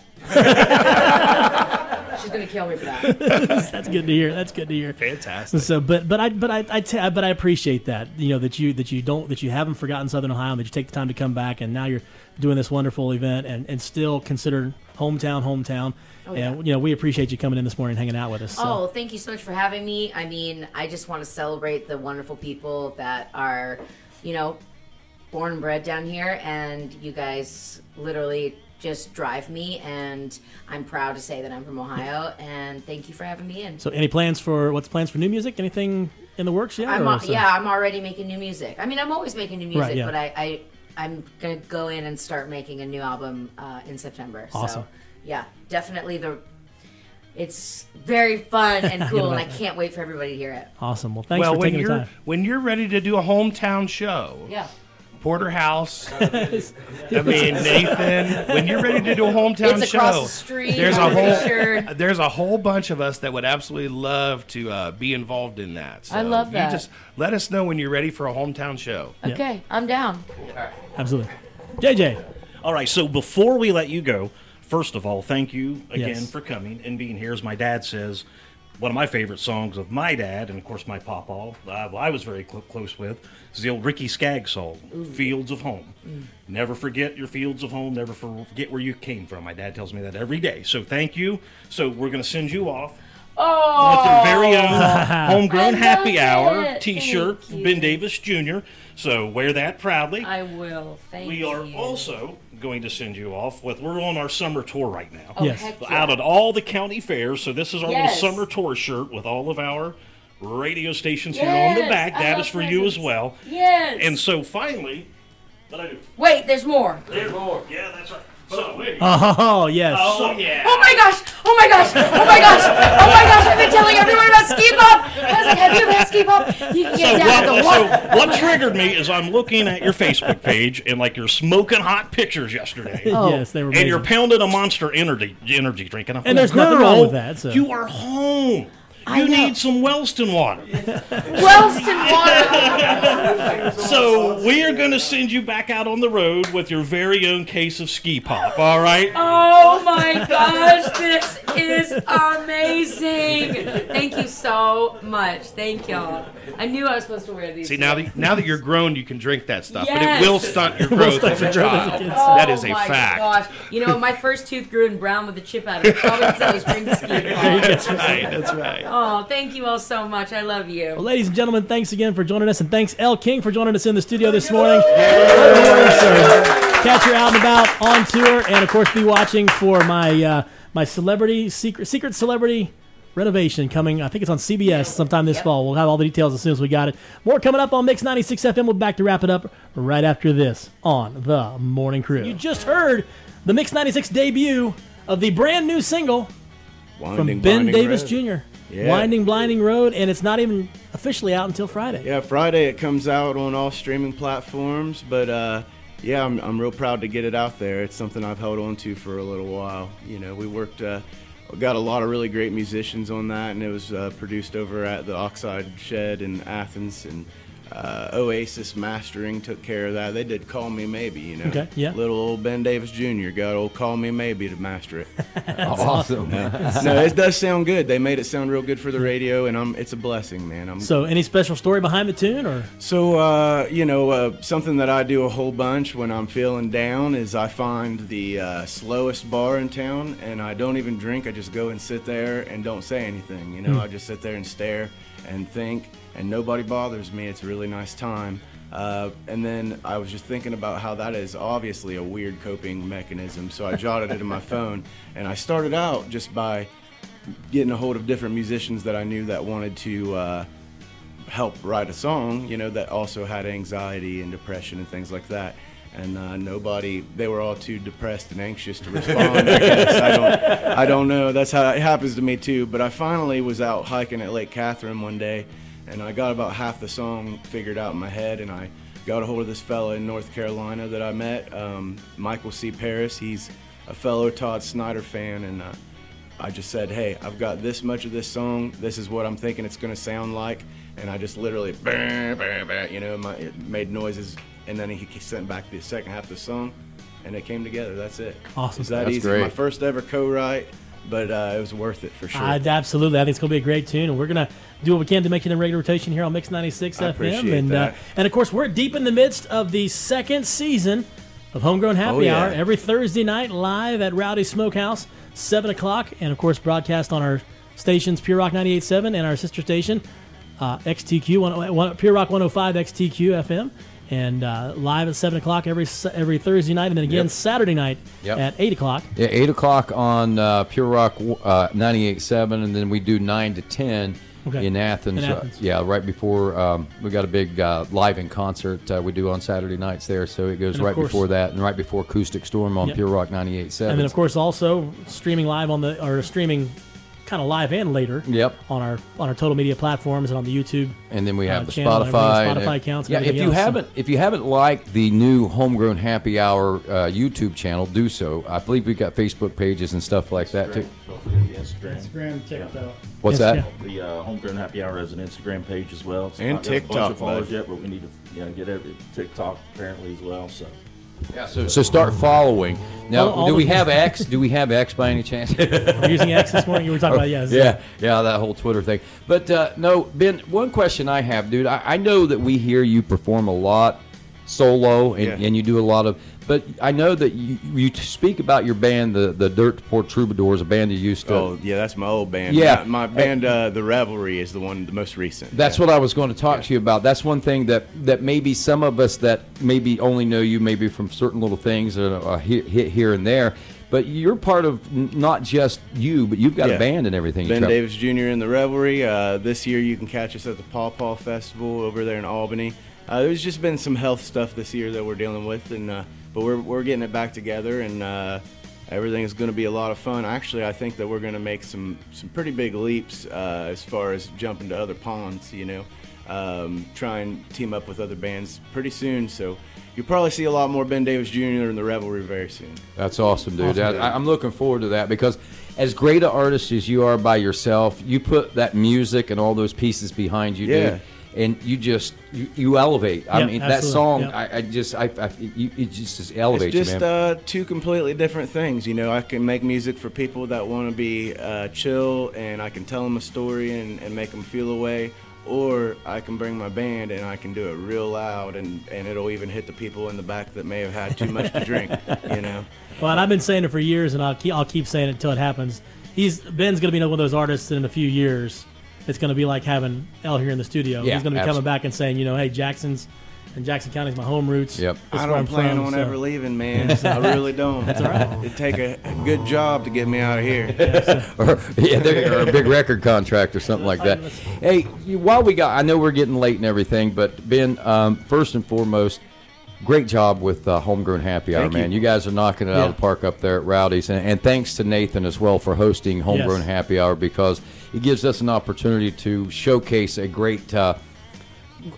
Speaker 14: She's gonna kill me for that.
Speaker 11: That's good to hear. That's good to hear.
Speaker 13: Fantastic.
Speaker 11: So, but but I but I, I ta- but I appreciate that. You know that you that you don't that you haven't forgotten Southern Ohio. and That you take the time to come back, and now you're doing this wonderful event, and and still considered hometown, hometown.
Speaker 14: Oh,
Speaker 11: and you know we appreciate you coming in this morning, and hanging out with us. So.
Speaker 14: Oh, thank you so much for having me. I mean, I just want to celebrate the wonderful people that are, you know, born and bred down here, and you guys literally just drive me, and I'm proud to say that I'm from Ohio, and thank you for having me in.
Speaker 11: So, any plans for what's plans for new music? Anything in the works yet?
Speaker 14: I'm
Speaker 11: or
Speaker 14: al-
Speaker 11: so-
Speaker 14: yeah, I'm already making new music. I mean, I'm always making new music,
Speaker 11: Right, yeah.
Speaker 14: but I, I I'm gonna go in and start making a new album uh, in September.
Speaker 11: Awesome.
Speaker 14: So yeah, definitely the. It's very fun and
Speaker 11: I
Speaker 14: cool, and
Speaker 11: love
Speaker 14: I
Speaker 11: that.
Speaker 14: can't wait for everybody to hear it.
Speaker 11: Awesome. Well, thanks
Speaker 13: well,
Speaker 11: for
Speaker 13: when
Speaker 11: taking the
Speaker 13: you're
Speaker 11: time.
Speaker 13: when you're ready to do a hometown show,
Speaker 14: Yeah.
Speaker 13: Porterhouse. I mean, Nathan, when you're ready to do a hometown
Speaker 14: It's
Speaker 13: show,
Speaker 14: across the street,
Speaker 13: there's a
Speaker 14: I'm pretty
Speaker 13: whole
Speaker 14: sure.
Speaker 13: there's a whole bunch of us that would absolutely love to uh, be involved in that.
Speaker 14: I love that.
Speaker 13: You just let us know when you're ready for a hometown show.
Speaker 14: Okay, I'm down.
Speaker 11: Absolutely, JJ.
Speaker 12: All right, so before we let you go, first of all, thank you again
Speaker 5: Yes.
Speaker 12: for coming and being here. As my dad says, one of my favorite songs of my dad, and of course my papa, uh, I was very cl- close with, is the old Ricky Skaggs song, Fields of Home. Never forget your fields of home. Never forget where you came from. My dad tells me that every day. So thank you. So we're going to send you off
Speaker 7: Oh,
Speaker 12: with their very own
Speaker 7: I
Speaker 12: homegrown
Speaker 7: love
Speaker 12: happy hour
Speaker 7: it.
Speaker 12: T-shirt,
Speaker 7: Thank you.
Speaker 12: from Ben Davis Jr. So wear that proudly.
Speaker 7: I will. Thank
Speaker 12: we
Speaker 7: you.
Speaker 12: are also going to send you off with. We're on our summer tour right now.
Speaker 7: Oh, Yes. heck yeah.
Speaker 12: Out at all the county fairs. So this is our
Speaker 7: Yes.
Speaker 12: little summer tour shirt with all of our radio stations here on
Speaker 14: Yes,
Speaker 12: the back.
Speaker 14: I
Speaker 12: That
Speaker 14: love
Speaker 12: is for you as
Speaker 14: presents.
Speaker 12: well.
Speaker 14: Yes.
Speaker 12: And so finally, what I do?
Speaker 14: Wait, there's more.
Speaker 12: There's more. Yeah, that's right. So there you go.
Speaker 11: Oh yes.
Speaker 12: Oh, yeah.
Speaker 14: Oh my gosh! Oh my gosh! Oh my gosh! Oh my gosh! I've been telling everyone about ski pop. I was like, "Have you ever had ski pop? You can get
Speaker 12: So
Speaker 14: down at the
Speaker 12: what,
Speaker 14: water."
Speaker 12: so what triggered me is I'm looking at your Facebook page and like you're smoking hot pictures yesterday.
Speaker 11: Oh. Yes, they were
Speaker 12: And you're
Speaker 11: amazing.
Speaker 12: pounding a Monster Energy energy drink, and, I'm
Speaker 11: And
Speaker 12: like,
Speaker 11: there's nothing wrong
Speaker 12: "Girl,
Speaker 11: with that, so."
Speaker 12: You are home. You need some Wellston water.
Speaker 14: Wellston water.
Speaker 12: So we are going to send you back out on the road with your very own case of ski pop. All right.
Speaker 14: Oh my gosh! This is amazing. Thank you so much. Thank y'all. I knew I was supposed to wear these.
Speaker 13: See now that now that you're grown, you can drink that stuff,
Speaker 14: Yes.
Speaker 13: but it will stunt your
Speaker 14: It will
Speaker 13: growth
Speaker 14: stunt
Speaker 13: as
Speaker 14: your
Speaker 13: a
Speaker 14: growth as a
Speaker 13: child.
Speaker 14: kid.
Speaker 13: that is
Speaker 14: Oh
Speaker 13: a
Speaker 14: my
Speaker 13: fact.
Speaker 14: Gosh, you know my first tooth grew in brown with a chip out of it. Probably because I was drinking ski pop.
Speaker 13: that's right. That's right.
Speaker 14: Oh, thank you all so much. I love you.
Speaker 11: Well, ladies and gentlemen, thanks again for joining us, and thanks L King for joining us in the studio this morning. Catch her out and about on tour, and of course, be watching for my uh, my celebrity secret secret celebrity renovation coming. I think it's on CBS sometime this fall. We'll have all the details as soon as we got it. More coming up on Mix 96 FM. We'll be back to wrap it up right after this on the Morning Crew. You just heard the Mix 96 debut of the brand new single
Speaker 15: Winding
Speaker 11: from Ben
Speaker 15: Blinding
Speaker 11: Davis
Speaker 15: Road.
Speaker 11: Jr.
Speaker 15: Yeah.
Speaker 11: Winding Blinding Road, and it's not even officially out until Friday.
Speaker 15: Yeah, Friday it comes out on all streaming platforms, but uh, yeah, I'm, I'm real proud to get it out there. It's something I've held on to for a little while. You know, we worked, uh, got a lot of really great musicians on that, and it was uh, produced over at the Oxide Shed in Athens, and uh, Oasis Mastering took care of that. They did Call Me Maybe, you know.
Speaker 11: Okay, yeah.
Speaker 15: Little old Ben Davis Jr. got old Call Me Maybe to master it.
Speaker 11: awesome.
Speaker 15: Yeah. no, it does sound good. They made it sound real good for the radio, and I'm, it's a blessing, man. I'm
Speaker 11: So, any special story behind the tune, or
Speaker 15: so, uh, you know, uh, something that I do a whole bunch when I'm feeling down is I find the uh, slowest bar in town and I don't even drink. I just go and sit there and don't say anything. You know,
Speaker 11: Hmm.
Speaker 15: I just sit there and stare and think, and nobody bothers me. It's a really nice time. Uh, and then I was just thinking about how that is obviously a weird coping mechanism. So I jotted it in my phone and I started out just by getting a hold of different musicians that I knew that wanted to uh, help write a song, you know, that also had anxiety and depression and things like that. And uh, nobody, they were all too depressed and anxious to respond. I guess I don't, I don't know. That's how it happens to me too. But I finally was out hiking at Lake Catherine one day, and I got about half the song figured out in my head, and I got a hold of this fella in North Carolina that I met, um, Michael C. Paris. He's a fellow Todd Snyder fan, and uh, I just said, hey, I've got this much of this song. This is what I'm thinking it's going to sound like. And I just literally, "Bah, bah, bah," you know, my, it made noises. And then he sent back the second half of the song and it came together. That's it.
Speaker 11: Awesome.
Speaker 15: It's that
Speaker 11: That's
Speaker 15: easy.
Speaker 11: great.
Speaker 15: My first ever co write, but uh, it was worth it for sure.
Speaker 11: I- absolutely, I think it's going to be a great tune, and we're going to do what we can to make it in regular rotation here on Mix ninety six
Speaker 15: I
Speaker 11: FM,
Speaker 15: appreciate
Speaker 11: and
Speaker 15: that.
Speaker 11: Uh, and of course we're deep in the midst of the second season of Homegrown Happy
Speaker 15: Oh, yeah.
Speaker 11: Hour every Thursday night live at Rowdy Smokehouse seven o'clock, and of course broadcast on our stations Pure Rock ninety eight seven and our sister station uh, XTQ one, one, Pure Rock one hundred five XTQ FM. And uh, live at seven o'clock every s- every Thursday night, and then again
Speaker 16: Yep.
Speaker 11: Saturday night
Speaker 16: Yep.
Speaker 11: at eight o'clock.
Speaker 16: Yeah, eight o'clock on uh, Pure Rock uh, 98.7, and then we do nine to ten
Speaker 11: Okay.
Speaker 16: in Athens.
Speaker 11: In
Speaker 16: uh,
Speaker 11: Athens.
Speaker 16: yeah, right before um, we got a big uh, live in concert uh, we do on Saturday nights there. So it goes
Speaker 11: And of
Speaker 16: right
Speaker 11: course-
Speaker 16: before that, and right before Acoustic Storm on
Speaker 11: Yep.
Speaker 16: Pure Rock 98.7.
Speaker 11: And then, of course, also streaming live on the or streaming kind of live and later.
Speaker 16: Yep.
Speaker 11: On our on our total media platforms and on the YouTube.
Speaker 16: and then we have
Speaker 11: uh,
Speaker 16: the
Speaker 11: channel and everything,
Speaker 16: Spotify. and
Speaker 11: Spotify
Speaker 16: ev-
Speaker 11: accounts. and
Speaker 16: Yeah, if
Speaker 11: everything
Speaker 16: you
Speaker 11: else, so-
Speaker 16: haven't, if you haven't liked the new Homegrown Happy Hour uh, YouTube channel, do so. I believe we've got Facebook pages and stuff like that too.
Speaker 17: Don't forget the Instagram.
Speaker 11: Instagram, TikTok.
Speaker 16: What's Yes, that?
Speaker 17: The uh, Homegrown Happy Hour has an Instagram page as well.
Speaker 15: And
Speaker 17: not got uh, a bunch
Speaker 15: TikTok,
Speaker 17: of followers
Speaker 15: bud.
Speaker 17: yet, but we need to yeah, get every TikTok apparently as well. So
Speaker 16: Yeah, so, so start following. Now,
Speaker 11: All- all
Speaker 16: do we
Speaker 11: the-
Speaker 16: have X? Do we have X by any chance?
Speaker 11: We're using X this morning. You were talking about, yes.
Speaker 16: Yeah, yeah, that whole Twitter thing. But uh, no, Ben, one question I have, dude. I, I know that we hear you perform a lot solo, and,
Speaker 15: Yeah.
Speaker 16: and you do a lot of. But I know that you, you speak about your band, the the Dirt Poor Troubadours, a band you used to.
Speaker 15: Oh yeah, that's my old band.
Speaker 16: Yeah.
Speaker 15: my, my band, uh, the Revelry, is the one the most recent.
Speaker 16: That's what I was going to talk to you about. That's one thing that that maybe some of us that maybe only know you maybe from certain little things uh, that are hit, hit here and there. But you're part of n- not just you, but you've got
Speaker 15: Yeah.
Speaker 16: a band and everything. you
Speaker 15: Ben
Speaker 16: travel-
Speaker 15: Davis Jr. in the Revelry. Uh, this year, you can catch us at the Paw Paw Festival over there in Albany. Uh, there's just been some health stuff this year that we're dealing with, and uh, but we're we're getting it back together, and uh, everything is going to be a lot of fun. Actually, I think that we're going to make some some pretty big leaps uh, as far as jumping to other ponds. You know, um, try and team up with other bands pretty soon. So you'll probably see a lot more Ben Davis Jr. in the Revelry very soon.
Speaker 16: That's awesome, dude.
Speaker 15: Awesome,
Speaker 16: I-
Speaker 15: dude.
Speaker 16: I, I'm looking forward to that because, as great an artist as you are by yourself, you put that music and all those pieces behind you,
Speaker 15: Yeah.
Speaker 16: dude, and you just you, you elevate. I
Speaker 15: Yeah,
Speaker 16: mean, that
Speaker 15: absolutely.
Speaker 16: song,
Speaker 15: Yeah.
Speaker 16: I, I just, I, I you, it just, just elevates
Speaker 15: It's
Speaker 16: you,
Speaker 15: just
Speaker 16: man.
Speaker 15: uh, two completely different things. You know, I can make music for people that want to be uh, chill, and I can tell them a story and, and make them feel a way. Or I can bring my band and I can do it real loud, and, and it'll even hit the people in the back that may have had too much to drink. You know.
Speaker 11: Well, and I've been saying it for years, and I'll keep, I'll keep saying it until it happens. He's Ben's going to be one of those artists in a few years. It's going to be like having L here in the studio.
Speaker 15: Yeah,
Speaker 11: He's going to be
Speaker 15: absolutely.
Speaker 11: coming back and saying, you know, hey, Jackson's and Jackson County's my home roots. This
Speaker 15: I
Speaker 11: is
Speaker 15: don't
Speaker 11: where I'm
Speaker 15: plan
Speaker 11: from,
Speaker 15: on
Speaker 11: so-
Speaker 15: ever leaving, man. I really don't.
Speaker 11: That's all right.
Speaker 15: It'd take a, a good job to get me out of here.
Speaker 16: or, yeah, there- or a big record contract or something like that. Hey, you, while we got, I know we're getting late and everything, but Ben, um, first and foremost, great job with uh, Homegrown Happy Hour,
Speaker 15: Thank you.
Speaker 16: man. You guys are knocking it out of the
Speaker 15: Yeah.
Speaker 16: park up there at Rowdy's, and, and thanks to Nathan as well for hosting Homegrown
Speaker 15: Yes.
Speaker 16: Happy Hour because it gives us an opportunity to showcase a great. Uh,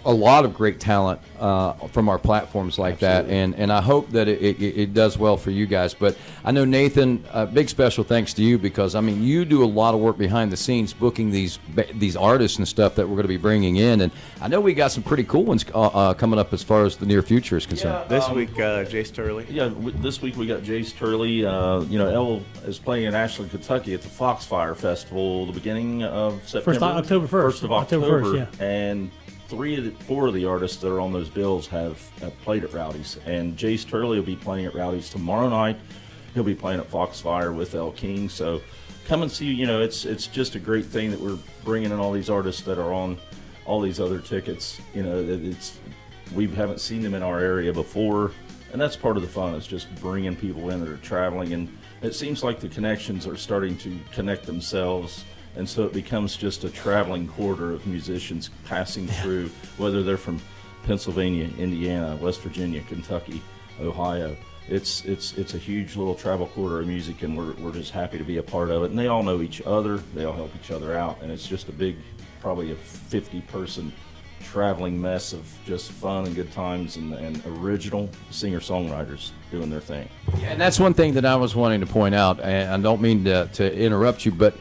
Speaker 16: a lot of great talent uh, from our platforms like that, and and I hope that it, it, it does well for you guys. But I know Nathan, a big special thanks to you because I mean you do a lot of work behind the scenes booking these ba- these artists and stuff that we're going to be bringing in, and I know we got some pretty cool ones uh, uh, coming up as far as the near future is concerned.
Speaker 15: This week, uh, Jace Turley.
Speaker 17: Yeah, w- this week we got Jace Turley. Uh, you know, Elle is playing in Ashland, Kentucky at the Foxfire Festival the beginning of September.
Speaker 11: October 1st.
Speaker 17: First of
Speaker 11: October
Speaker 17: October.
Speaker 11: 1st,
Speaker 17: And three of the, four of the artists that are on those bills have, have played at Rowdy's. And Jace Turley will be playing at Rowdy's tomorrow night. He'll be playing at Foxfire with El King. So come and see. You know, it's it's just a great thing that we're bringing in all these artists that are on all these other tickets. You know, that it's we haven't seen them in our area before, and that's part of the fun. Is just bringing people in that are traveling, and it seems like the connections are starting to connect themselves. And so it becomes just a traveling quarter of musicians passing through, whether they're from Pennsylvania, Indiana, West Virginia, Kentucky, Ohio. It's it's it's a huge little travel quarter of music, and we're we're just happy to be a part of it. And they all know each other. They all help each other out, and it's just a big, probably a 50 person traveling mess of just fun and good times and, and original singer songwriters doing their thing.
Speaker 16: And that's one thing that I was wanting to point out, and I don't mean to, to interrupt you, but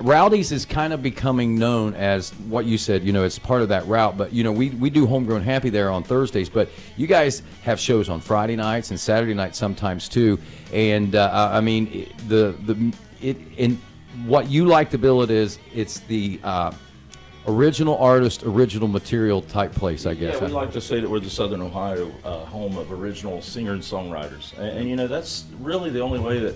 Speaker 16: Rowdy's is kind of becoming known as what you said, you know, it's part of that route. But, you know, we, we do Homegrown Happy there on Thursdays, but you guys have shows on Friday nights and Saturday nights sometimes too. And, uh, I I mean, it- the, the, it, and what you like to bill it is, it's the, uh, original artist, original material type place, I guess.
Speaker 17: Yeah, we like to say that we're the Southern Ohio uh, home of original singer and songwriters, and, and you know that's really the only way that.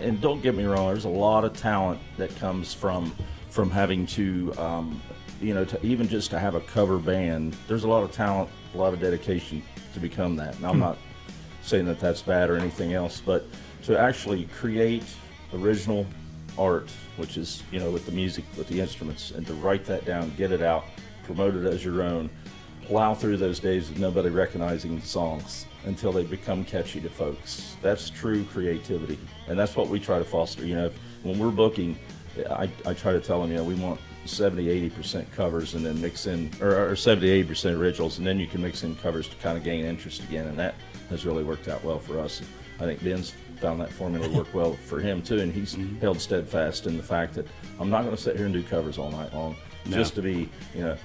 Speaker 17: And don't get me wrong, there's a lot of talent that comes from from having to, um, you know, to even just to have a cover band. There's a lot of talent, a lot of dedication to become that, and I'm
Speaker 18: Hmm.
Speaker 17: not saying that that's bad or anything else, but to actually create original art, which is, you know, with the music, with the instruments, and to write that down, get it out, promote it as your own, plow through those days of nobody recognizing the songs until they become catchy to folks. That's true creativity. And that's what we try to foster. You know, if, when we're booking, I, I try to tell them, you know, we want 70, 80% covers and then mix in, or, or 70, 80% originals, and then you can mix in covers to kind of gain interest again. And that has really worked out well for us. I think Ben's found that formula work well for him too, and he's held steadfast in the fact that I'm not going to sit here and do covers all night long
Speaker 18: No.
Speaker 17: just to be, you know,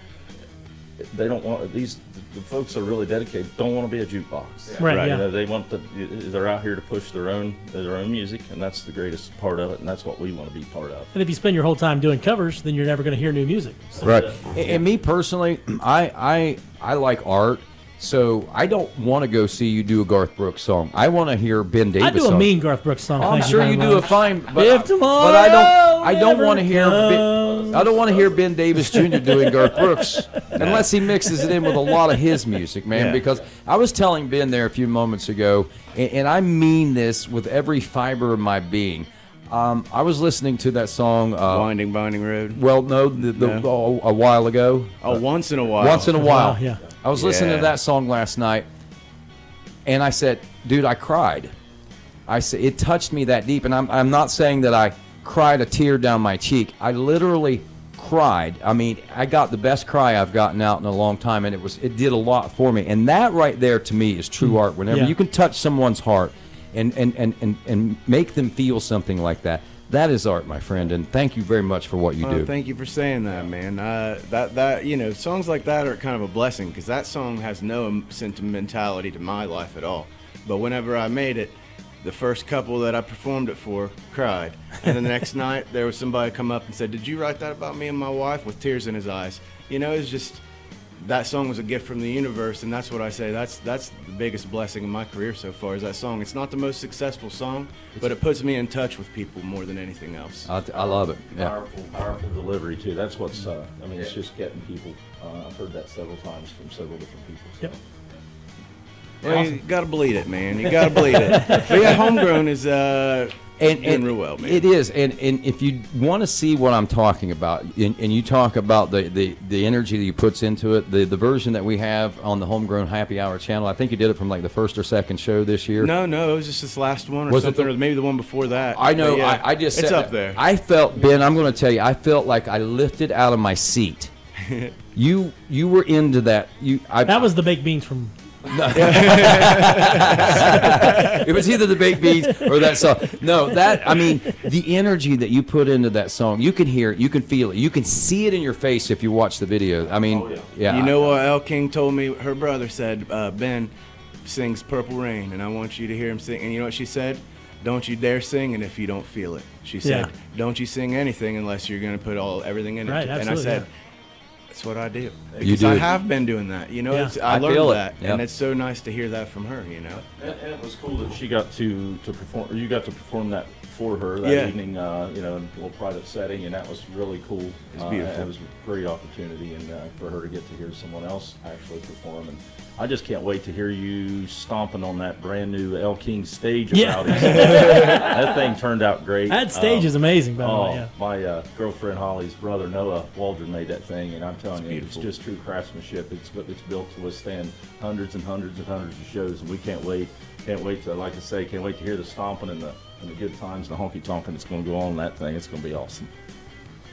Speaker 17: they don't want these. The folks that are really dedicated don't want to be a jukebox.
Speaker 11: Right,
Speaker 17: You
Speaker 11: yeah.
Speaker 17: know, they want the. They're out here to push their own their own music, and that's the greatest part of it, and that's what we want to be part of.
Speaker 11: And if you spend your whole time doing covers, then you're never going to hear new music.
Speaker 16: Right. And, and me personally, I I I like art. So I don't want to go see you do a Garth Brooks song. I want to hear Ben Davis.
Speaker 11: I do a
Speaker 16: song.
Speaker 11: mean Garth Brooks song.
Speaker 16: Oh, I'm
Speaker 11: Thank
Speaker 16: sure
Speaker 11: very
Speaker 16: you do a
Speaker 11: much.
Speaker 16: fine, but,
Speaker 11: if tomorrow
Speaker 16: but I don't. I don't
Speaker 11: never
Speaker 16: want to hear. Ben, I don't want to hear Ben Davis Jr. doing Garth Brooks unless he mixes it in with a lot of his music, man.
Speaker 11: Yeah.
Speaker 16: Because I was telling Ben there a few moments ago, and, and I mean this with every fiber of my being. Um, I was listening to that song uh,
Speaker 15: "Winding Binding Road."
Speaker 16: Well, no, the, the, a while ago.
Speaker 15: Oh, once in a while.
Speaker 16: Once in a while.
Speaker 15: Wow, yeah.
Speaker 16: I was listening
Speaker 15: Yeah.
Speaker 16: to that song last night, and I said, "Dude, I cried." I said it touched me that deep, and I'm I'm not saying that I cried a tear down my cheek. I literally cried. I mean, I got the best cry I've gotten out in a long time, and it was it did a lot for me. And that right there to me is
Speaker 15: Mm.
Speaker 16: true art. Whenever
Speaker 11: Yeah.
Speaker 16: you can touch someone's heart and and, and, and and make them feel something like that, that is art, my friend. And thank you very much for what you
Speaker 15: Oh,
Speaker 16: do.
Speaker 15: thank you for saying that, man. Uh, that that you know, songs like that are kind of a blessing because that song has no em- sentimentality to my life at all. But whenever I made it, the first couple that I performed it for cried, and then the next night there was somebody come up and said, "Did you write that about me and my wife?" with tears in his eyes. You know, it's just that song was a gift from the universe, and that's what I say. That's that's the biggest blessing in my career so far is that song. It's not the most successful song, but it puts me in touch with people more than anything else.
Speaker 16: I, I love it. Yeah.
Speaker 17: Powerful, powerful delivery too. That's what's. Uh, I mean, it's just getting people. Uh, I've heard that several times from several different people. So.
Speaker 15: Well, you gotta bleed it, man. You gotta bleed it. But yeah, homegrown is uh,
Speaker 16: and,
Speaker 15: doing
Speaker 16: and
Speaker 15: real well, man.
Speaker 16: It is, and and if you want to see what I'm talking about, and, and you talk about the, the the energy that he puts into it, the the version that we have on the Homegrown Happy Hour channel, I think you did it from like the first or second show this year.
Speaker 15: No, no, it was just this last one, or
Speaker 16: Was it
Speaker 15: something,
Speaker 16: the-
Speaker 15: or maybe the one before that.
Speaker 16: I know.
Speaker 15: But yeah,
Speaker 16: I, I just
Speaker 15: it's
Speaker 16: sat
Speaker 15: up there.
Speaker 16: I felt Ben. I'm going to tell you. I felt like I lifted out of my seat. you you were into that. You I,
Speaker 11: That was the baked beans from.
Speaker 16: it was either the baked beans or that song. No, that I mean the energy that you put into that song, you can hear it, you can feel it, you can see it in your face if you watch the video. I mean, yeah.
Speaker 15: Oh, You know what El King told me? Her brother said, uh, Ben sings Purple Rain, and I want you to hear him sing. And you know what she said? Don't you dare sing and if you don't feel it. She said,
Speaker 11: Yeah.
Speaker 15: Don't you sing anything unless you're going to put all everything in
Speaker 11: Right,
Speaker 15: it. And I
Speaker 11: absolutely,
Speaker 15: said,
Speaker 11: yeah.
Speaker 15: That's what I do.
Speaker 16: You
Speaker 15: Because
Speaker 16: do
Speaker 15: I
Speaker 16: it.
Speaker 15: have been doing that. You know,
Speaker 16: Yeah.
Speaker 15: it's, I,
Speaker 16: I
Speaker 15: learned
Speaker 16: feel it.
Speaker 15: that.
Speaker 16: Yep.
Speaker 15: And it's so nice to hear that from her, you know?
Speaker 17: And, and it was cool that she got to to perform. Or you got to perform that for her that
Speaker 15: Yeah.
Speaker 17: evening. Uh, you know, in a little private setting, and that was really cool.
Speaker 15: It's
Speaker 17: Uh,
Speaker 15: beautiful.
Speaker 17: it was a great opportunity, and uh, for her to get to hear someone else actually perform. And I just can't wait to hear you stomping on that brand new El King stage. of
Speaker 11: Yeah.
Speaker 17: Rowdies. that thing turned out great.
Speaker 11: That stage is amazing, by the way,
Speaker 17: oh,
Speaker 11: yeah.
Speaker 17: My uh, girlfriend Holly's brother Noah Waldron made that thing, and I'm telling
Speaker 15: It's
Speaker 17: you,
Speaker 15: beautiful.
Speaker 17: it's just true craftsmanship. It's it's built to withstand hundreds and hundreds and hundreds of shows, and we can't wait. Can't wait to, like I say, can't wait to hear the stomping and the and the good times and the honky tonking that's going to go on in that thing. It's going to be awesome.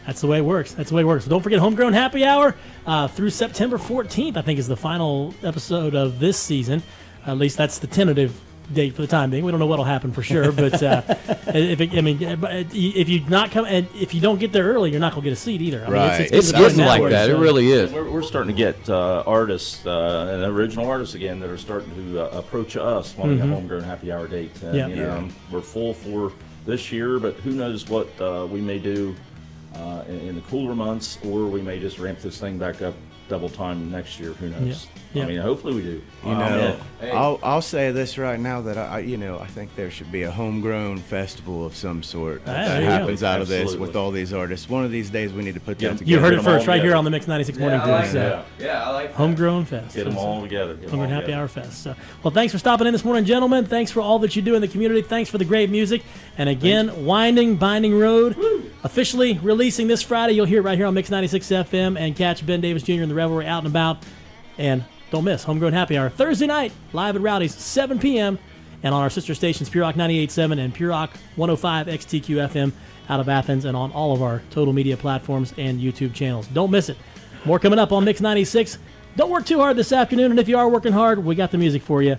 Speaker 11: That's the way it works. That's the way it works. Don't forget Homegrown Happy Hour uh, through September 14th. I think is the final episode of this season. At least that's the tentative date for the time being. We don't know what'll happen for sure, but uh, if it, I mean, uh, but if you not come and if you don't get there early, you're not gonna get a seat either. I mean,
Speaker 17: We're, we're starting to get uh, artists uh, and original artists again that are starting to uh, approach us wanting
Speaker 11: Mhm.
Speaker 17: a homegrown happy hour date. And,
Speaker 11: Yeah.
Speaker 17: you know,
Speaker 11: Yeah.
Speaker 17: We're full for this year, but who knows what uh, we may do uh, in, in the cooler months, or we may just ramp this thing back up double time next year. Who knows?
Speaker 15: Yeah. Yeah.
Speaker 17: I mean, hopefully we do.
Speaker 15: You
Speaker 17: Um,
Speaker 15: know,
Speaker 17: yeah.
Speaker 15: I'll, I'll say this right now that I, I- you know, I think there should be a homegrown festival of some sort
Speaker 11: Ah, there
Speaker 15: that
Speaker 11: you go.
Speaker 15: happens out of this
Speaker 11: Absolutely.
Speaker 15: with all these artists. One of these days we need to put
Speaker 17: Yeah.
Speaker 15: that together.
Speaker 11: You heard it
Speaker 15: Get 'em all
Speaker 11: first right here
Speaker 15: together.
Speaker 11: on the Mix 96 Morning uh,
Speaker 15: Yeah, I
Speaker 11: Crew.
Speaker 15: like
Speaker 11: So,
Speaker 15: that. Yeah, I like that.
Speaker 11: Homegrown Fest.
Speaker 17: Get 'em all together. Get 'em
Speaker 11: Homegrown
Speaker 17: all
Speaker 11: Happy
Speaker 17: together.
Speaker 11: Hour Fest. So, well, thanks for stopping in this morning, gentlemen. Thanks for all that you do in the community. Thanks for the great music. And again, Winding Binding Road officially releasing this Friday. You'll hear it right here on Mix 96 FM and catch Ben Davis Jr. and the Revelry out and about. And don't miss Homegrown Happy Hour Thursday night, live at Rowdy's, 7 p.m. And on our sister stations, Pure Rock 98.7 and Pure Rock 105 XTQ FM out of Athens and on all of our total media platforms and YouTube channels. Don't miss it. More coming up on Mix 96. Don't work too hard this afternoon, and if you are working hard, we got the music for you.